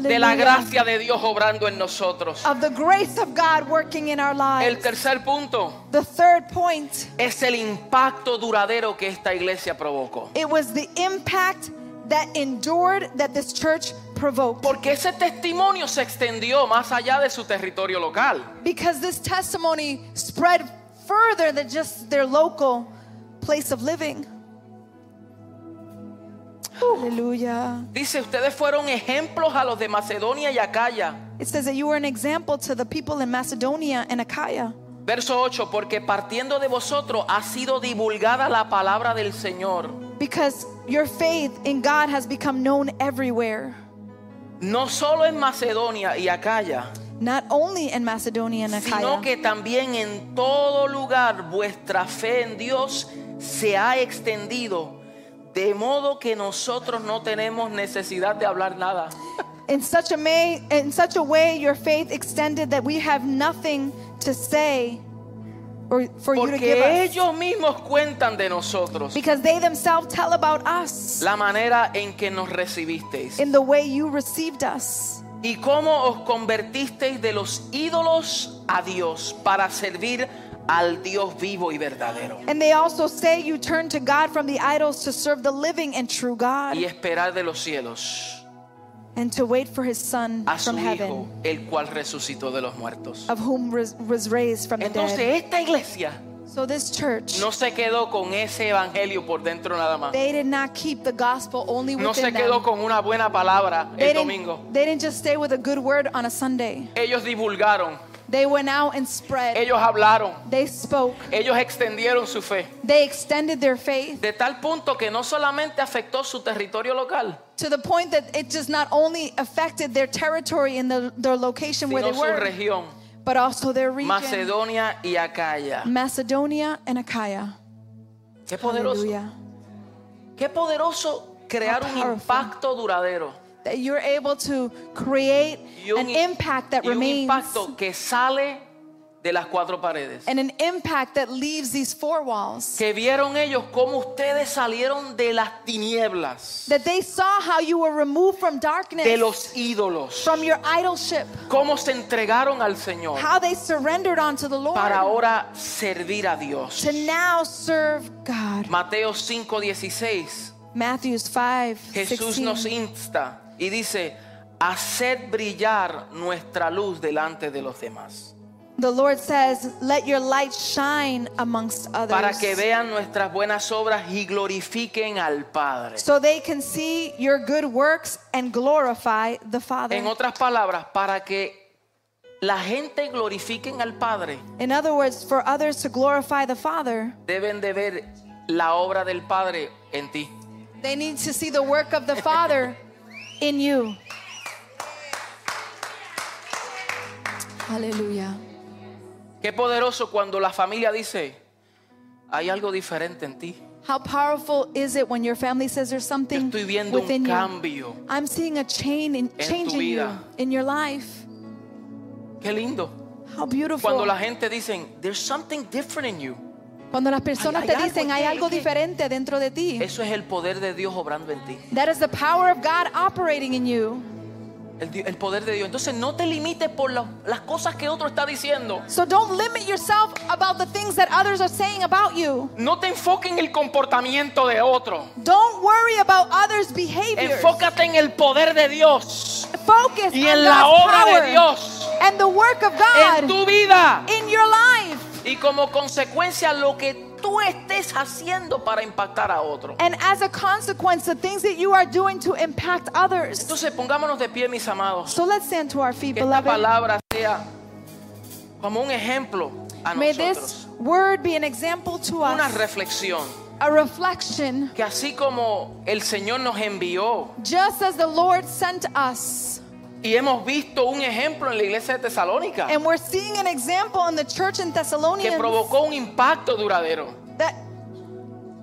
[SPEAKER 1] de la
[SPEAKER 2] Hallelujah.
[SPEAKER 1] gracia de Dios obrando en nosotros.
[SPEAKER 2] of the grace of God working in our
[SPEAKER 1] El
[SPEAKER 2] lives.
[SPEAKER 1] tercer punto
[SPEAKER 2] The third point,
[SPEAKER 1] es el impacto duradero que esta iglesia provocó.
[SPEAKER 2] it was the impact that endured that this church provoked.
[SPEAKER 1] Porque ese testimonio se extendió más allá de su territorio local.
[SPEAKER 2] Because this testimony spread further than just their local place of living. Hallelujah.
[SPEAKER 1] Dice, ustedes fueron ejemplos a los de Macedonia y Acaya.
[SPEAKER 2] It says that you were an example to the people in Macedonia and Achaia.
[SPEAKER 1] Verso 8, porque partiendo de vosotros ha sido divulgada la palabra del Señor.
[SPEAKER 2] Because your faith in God has become known everywhere,
[SPEAKER 1] No solo en Macedonia y Acaya,
[SPEAKER 2] not only in Macedonia and
[SPEAKER 1] sino
[SPEAKER 2] Achaia,
[SPEAKER 1] que también en todo lugar vuestra fe en Dios se ha extendido. De modo que nosotros no tenemos necesidad de hablar nada.
[SPEAKER 2] in such a may, in such a way your faith extended that we have nothing to say or for you to give
[SPEAKER 1] Porque
[SPEAKER 2] us.
[SPEAKER 1] ellos mismos cuentan de nosotros.
[SPEAKER 2] Because they themselves tell about us
[SPEAKER 1] la manera en que nos recibisteis
[SPEAKER 2] in the way you received us
[SPEAKER 1] y cómo os convertisteis de los ídolos a Dios para servir al Dios vivo y verdadero
[SPEAKER 2] and they also say you turn to god from the idols to serve the living and true god
[SPEAKER 1] y esperar de los cielos
[SPEAKER 2] and to wait for his son
[SPEAKER 1] a su
[SPEAKER 2] from
[SPEAKER 1] Hijo,
[SPEAKER 2] heaven
[SPEAKER 1] el cual resucitó de los muertos.
[SPEAKER 2] of whom res- was raised from the dead
[SPEAKER 1] Entonces esta iglesia
[SPEAKER 2] so this church
[SPEAKER 1] no se quedó con ese evangelio por dentro nada más.
[SPEAKER 2] they did not keep the gospel only
[SPEAKER 1] No se
[SPEAKER 2] within
[SPEAKER 1] quedó
[SPEAKER 2] them
[SPEAKER 1] con una buena palabra
[SPEAKER 2] they
[SPEAKER 1] el
[SPEAKER 2] didn't,
[SPEAKER 1] domingo.
[SPEAKER 2] they didn't just stay with a good word on a sunday
[SPEAKER 1] Ellos divulgaron,
[SPEAKER 2] they went out and spread
[SPEAKER 1] ellos hablaron,
[SPEAKER 2] they spoke
[SPEAKER 1] ellos extendieron su fe.
[SPEAKER 2] they extended their faith
[SPEAKER 1] De tal punto que no solamente afectó su territorio local,
[SPEAKER 2] to the point that it just not only affected their territory and the, their location where
[SPEAKER 1] sino
[SPEAKER 2] they
[SPEAKER 1] su
[SPEAKER 2] were
[SPEAKER 1] región,
[SPEAKER 2] but also their region,
[SPEAKER 1] Macedonia y Acaya.
[SPEAKER 2] Macedonia and Achaia.
[SPEAKER 1] Qué poderoso,
[SPEAKER 2] Hallelujah.
[SPEAKER 1] qué poderoso crear
[SPEAKER 2] How
[SPEAKER 1] un
[SPEAKER 2] powerful.
[SPEAKER 1] impacto duradero
[SPEAKER 2] That you're able to create
[SPEAKER 1] y un,
[SPEAKER 2] an
[SPEAKER 1] i-
[SPEAKER 2] impact that
[SPEAKER 1] y un
[SPEAKER 2] remains
[SPEAKER 1] impacto que sale de las cuatro paredes.
[SPEAKER 2] and an impact that leaves these four walls.
[SPEAKER 1] Que vieron ellos cómo ustedes salieron de las tinieblas,
[SPEAKER 2] That they saw how you were removed from darkness,
[SPEAKER 1] de los ídolos,
[SPEAKER 2] from your idolship,
[SPEAKER 1] cómo se entregaron al Señor
[SPEAKER 2] how they surrendered unto the Lord
[SPEAKER 1] para ahora servir a Dios.
[SPEAKER 2] to now serve God.
[SPEAKER 1] Mateo 5:16.
[SPEAKER 2] Matthews 5,
[SPEAKER 1] Jesús
[SPEAKER 2] 16.
[SPEAKER 1] nos insta y dice, haced brillar nuestra luz delante de los demás,
[SPEAKER 2] The Lord says, Let your light shine amongst others.
[SPEAKER 1] para que vean nuestras buenas obras y glorifiquen al Padre.
[SPEAKER 2] so they can see your good works and glorify the Father.
[SPEAKER 1] En otras palabras, para que la gente glorifiquen al Padre,
[SPEAKER 2] In other words, for others to glorify the Father,
[SPEAKER 1] deben de ver la obra del Padre en ti.
[SPEAKER 2] they need to see the work of the Father in you. Hallelujah.
[SPEAKER 1] Qué poderoso cuando la familia dice, hay algo diferente en ti.
[SPEAKER 2] How powerful is it when your family says there's
[SPEAKER 1] Yo
[SPEAKER 2] something
[SPEAKER 1] estoy viendo un
[SPEAKER 2] within you?
[SPEAKER 1] cambio.
[SPEAKER 2] I'm seeing a chain in,
[SPEAKER 1] tu
[SPEAKER 2] change in you,
[SPEAKER 1] vida.
[SPEAKER 2] in your life.
[SPEAKER 1] Qué lindo.
[SPEAKER 2] How beautiful.
[SPEAKER 1] Cuando la gente dicen, there's something different in you.
[SPEAKER 2] Cuando las personas
[SPEAKER 1] Hay-
[SPEAKER 2] te
[SPEAKER 1] hay algo
[SPEAKER 2] dicen
[SPEAKER 1] que-
[SPEAKER 2] hay algo
[SPEAKER 1] que-
[SPEAKER 2] diferente dentro de ti.
[SPEAKER 1] Eso es el poder de Dios obrando en ti.
[SPEAKER 2] That is the power of God operating in you.
[SPEAKER 1] El, di- el poder de Dios. Entonces no te limites por la- las cosas que otro está diciendo.
[SPEAKER 2] So don't limit yourself about the things that others are saying about you.
[SPEAKER 1] No te enfoques en el comportamiento de otro.
[SPEAKER 2] Don't worry about others' behavior.
[SPEAKER 1] Enfócate en el poder de Dios.
[SPEAKER 2] Focus
[SPEAKER 1] Y
[SPEAKER 2] on
[SPEAKER 1] en la
[SPEAKER 2] God's
[SPEAKER 1] obra
[SPEAKER 2] power
[SPEAKER 1] de Dios.
[SPEAKER 2] and the work of
[SPEAKER 1] En
[SPEAKER 2] God
[SPEAKER 1] tu vida.
[SPEAKER 2] in your life.
[SPEAKER 1] Y como consecuencia lo que tú estés haciendo para impactar a otro.
[SPEAKER 2] And as a consequence, the things that you are doing to impact others.
[SPEAKER 1] Entonces pongámonos de pie, mis amados.
[SPEAKER 2] So let's stand to our feet,
[SPEAKER 1] Que esta
[SPEAKER 2] beloved.
[SPEAKER 1] palabra sea como un ejemplo a
[SPEAKER 2] May this
[SPEAKER 1] nosotros.
[SPEAKER 2] word be an example to
[SPEAKER 1] Una
[SPEAKER 2] us,
[SPEAKER 1] reflexión.
[SPEAKER 2] a reflection.
[SPEAKER 1] que así como el Señor nos envió
[SPEAKER 2] Just as the Lord sent us,
[SPEAKER 1] y hemos visto un ejemplo en la iglesia de Tesalónica
[SPEAKER 2] and we're seeing an example in the church in
[SPEAKER 1] que
[SPEAKER 2] Thessalonians.
[SPEAKER 1] provocó un impacto duradero,
[SPEAKER 2] that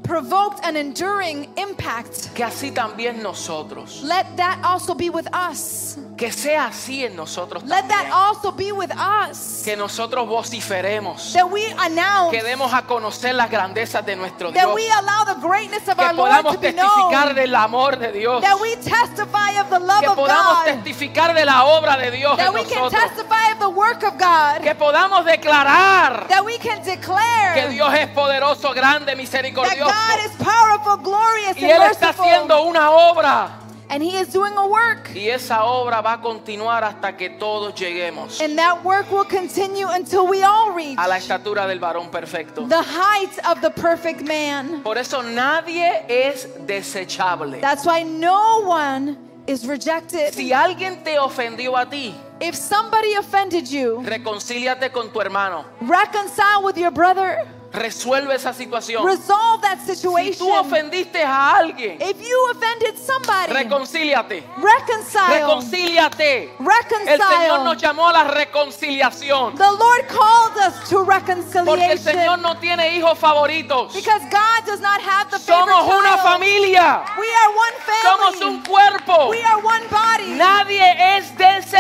[SPEAKER 2] provoked an enduring impact.
[SPEAKER 1] que así también nosotros,
[SPEAKER 2] Let that also be with us.
[SPEAKER 1] Que sea así en nosotros
[SPEAKER 2] Let that
[SPEAKER 1] también.
[SPEAKER 2] also be with us.
[SPEAKER 1] Que nosotros vociferemos.
[SPEAKER 2] That we announce,
[SPEAKER 1] Que demos a conocer las grandezas de nuestro
[SPEAKER 2] that
[SPEAKER 1] Dios.
[SPEAKER 2] we allow the greatness of
[SPEAKER 1] Que
[SPEAKER 2] our Lord to
[SPEAKER 1] podamos
[SPEAKER 2] be known.
[SPEAKER 1] testificar del amor de Dios.
[SPEAKER 2] That we testify of the love
[SPEAKER 1] Que
[SPEAKER 2] of
[SPEAKER 1] podamos
[SPEAKER 2] God.
[SPEAKER 1] testificar de la obra de Dios en
[SPEAKER 2] That we can
[SPEAKER 1] nosotros.
[SPEAKER 2] testify of the work of God.
[SPEAKER 1] Que podamos declarar
[SPEAKER 2] That we can
[SPEAKER 1] que
[SPEAKER 2] declare
[SPEAKER 1] Dios es poderoso, grande,
[SPEAKER 2] that
[SPEAKER 1] misericordioso.
[SPEAKER 2] God is powerful, glorious,
[SPEAKER 1] Y Él
[SPEAKER 2] and
[SPEAKER 1] está haciendo
[SPEAKER 2] merciful.
[SPEAKER 1] una obra.
[SPEAKER 2] And He is doing a work.
[SPEAKER 1] Y esa obra va a continuar hasta que todos lleguemos
[SPEAKER 2] And that work will continue until we all reach
[SPEAKER 1] a la estatura del varón perfecto.
[SPEAKER 2] the heights of the perfect man.
[SPEAKER 1] Por eso nadie es desechable.
[SPEAKER 2] That's why no one is rejected.
[SPEAKER 1] Si alguien te ofendió a ti,
[SPEAKER 2] If somebody offended you,
[SPEAKER 1] reconcíliate con tu hermano.
[SPEAKER 2] reconcile with your brother.
[SPEAKER 1] Resuelve esa situación.
[SPEAKER 2] Resolve that
[SPEAKER 1] Si
[SPEAKER 2] situation.
[SPEAKER 1] tú ofendiste a alguien,
[SPEAKER 2] If you offended somebody,
[SPEAKER 1] reconcíliate.
[SPEAKER 2] reconcile.
[SPEAKER 1] Reconcíliate. El Señor
[SPEAKER 2] Reconcile.
[SPEAKER 1] nos llamó a la reconciliación.
[SPEAKER 2] The Lord called us to
[SPEAKER 1] Porque el Señor
[SPEAKER 2] reconciliation
[SPEAKER 1] no tiene hijos favoritos.
[SPEAKER 2] because God does not have the favorite
[SPEAKER 1] Somos una
[SPEAKER 2] child.
[SPEAKER 1] familia.
[SPEAKER 2] We are one
[SPEAKER 1] Somos un
[SPEAKER 2] family.
[SPEAKER 1] cuerpo.
[SPEAKER 2] We are one body.
[SPEAKER 1] Nadie es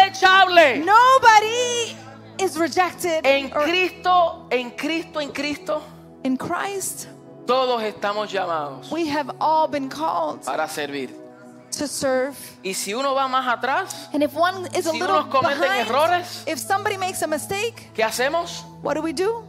[SPEAKER 1] desechable.
[SPEAKER 2] Nobody is rejected
[SPEAKER 1] En
[SPEAKER 2] or-
[SPEAKER 1] Cristo, en Cristo, en Cristo,
[SPEAKER 2] in Christ.
[SPEAKER 1] todos estamos llamados
[SPEAKER 2] We have all been called
[SPEAKER 1] para servir.
[SPEAKER 2] to serve.
[SPEAKER 1] Y si uno va más atrás,
[SPEAKER 2] And if one is a
[SPEAKER 1] Si
[SPEAKER 2] little
[SPEAKER 1] unos cometen
[SPEAKER 2] behind,
[SPEAKER 1] errores,
[SPEAKER 2] if somebody makes a mistake,
[SPEAKER 1] ¿qué hacemos?
[SPEAKER 2] what do we do?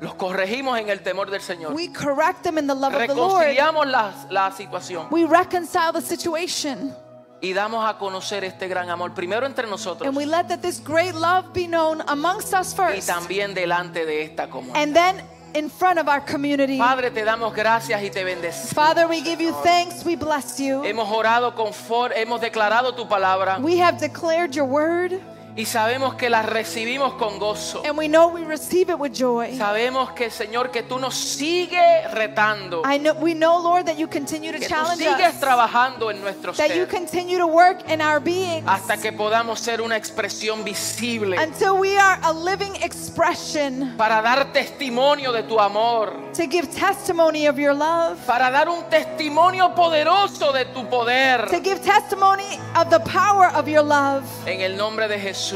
[SPEAKER 1] Los corregimos en el temor del Señor.
[SPEAKER 2] We correct them in the love of the Lord.
[SPEAKER 1] Reconciliamos la, la situación
[SPEAKER 2] We reconcile the situation
[SPEAKER 1] y damos a conocer este gran amor primero entre nosotros
[SPEAKER 2] and we let that this great love be known amongst us
[SPEAKER 1] y
[SPEAKER 2] first
[SPEAKER 1] también delante de esta comunidad.
[SPEAKER 2] and then in front of our community.
[SPEAKER 1] Padre, te damos gracias y te bendecimos.
[SPEAKER 2] Father, we give you thanks, we bless you.
[SPEAKER 1] Hemos orado conforme, hemos declarado tu palabra
[SPEAKER 2] We have declared your word
[SPEAKER 1] y sabemos que la recibimos con gozo.
[SPEAKER 2] and we know we receive it with joy.
[SPEAKER 1] Sabemos que Señor que tú nos sigues retando,
[SPEAKER 2] I know we know Lord that you continue to
[SPEAKER 1] que tú
[SPEAKER 2] challenge
[SPEAKER 1] sigues
[SPEAKER 2] us.
[SPEAKER 1] trabajando en nuestro
[SPEAKER 2] That you
[SPEAKER 1] ser
[SPEAKER 2] continue to work in our being
[SPEAKER 1] hasta que podamos ser una expresión visible
[SPEAKER 2] until we are a living expression
[SPEAKER 1] para dar testimonio de tu amor,
[SPEAKER 2] to give testimony of your love.
[SPEAKER 1] para dar un testimonio poderoso de tu
[SPEAKER 2] to
[SPEAKER 1] poder.
[SPEAKER 2] give testimony of the power of your love.
[SPEAKER 1] En el nombre de Jesús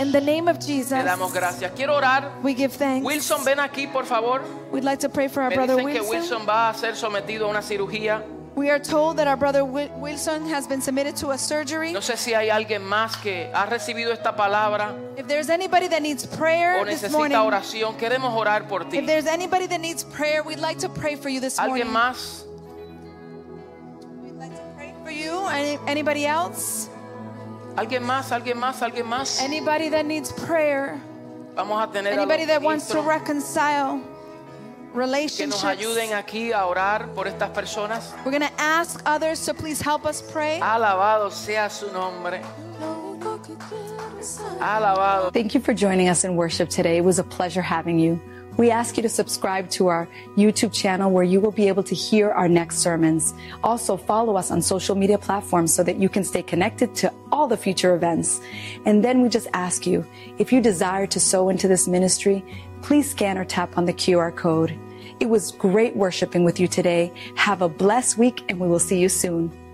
[SPEAKER 2] In the name of
[SPEAKER 1] te
[SPEAKER 2] Jesus,
[SPEAKER 1] damos gracias. Quiero orar.
[SPEAKER 2] we give thanks.
[SPEAKER 1] Wilson, ven aquí, por favor.
[SPEAKER 2] We'd like to pray for our
[SPEAKER 1] Me
[SPEAKER 2] brother
[SPEAKER 1] dicen que
[SPEAKER 2] Wilson.
[SPEAKER 1] Wilson va a ser sometido a una cirugía.
[SPEAKER 2] We are told that our brother Wi- Wilson has been submitted to a surgery.
[SPEAKER 1] No sé si hay alguien más que ha recibido esta palabra
[SPEAKER 2] If there's anybody that needs
[SPEAKER 1] o
[SPEAKER 2] prayer this morning,
[SPEAKER 1] necesita oración. Queremos orar por
[SPEAKER 2] if
[SPEAKER 1] ti.
[SPEAKER 2] there's anybody that needs prayer, we'd like to pray for you this
[SPEAKER 1] ¿Alguien
[SPEAKER 2] morning.
[SPEAKER 1] más?
[SPEAKER 2] We'd like to pray for you. Any, anybody else?
[SPEAKER 1] ¿Alguien más? ¿Alguien más? ¿Alguien más?
[SPEAKER 2] Anybody that needs prayer?
[SPEAKER 1] Vamos a tener a los
[SPEAKER 2] Anybody that wants to
[SPEAKER 1] ministros
[SPEAKER 2] reconcile
[SPEAKER 1] que
[SPEAKER 2] relationships?
[SPEAKER 1] nos ayuden aquí a orar por estas personas.
[SPEAKER 2] We're going to ask others to please help us pray.
[SPEAKER 1] Alabado sea su nombre. Alabado.
[SPEAKER 4] Thank you for joining us in worship today. It was a pleasure having you. We ask you to subscribe to our YouTube channel where you will be able to hear our next sermons. Also, follow us on social media platforms so that you can stay connected to all the future events. And then we just ask you if you desire to sow into this ministry, please scan or tap on the QR code. It was great worshiping with you today. Have a blessed week, and we will see you soon.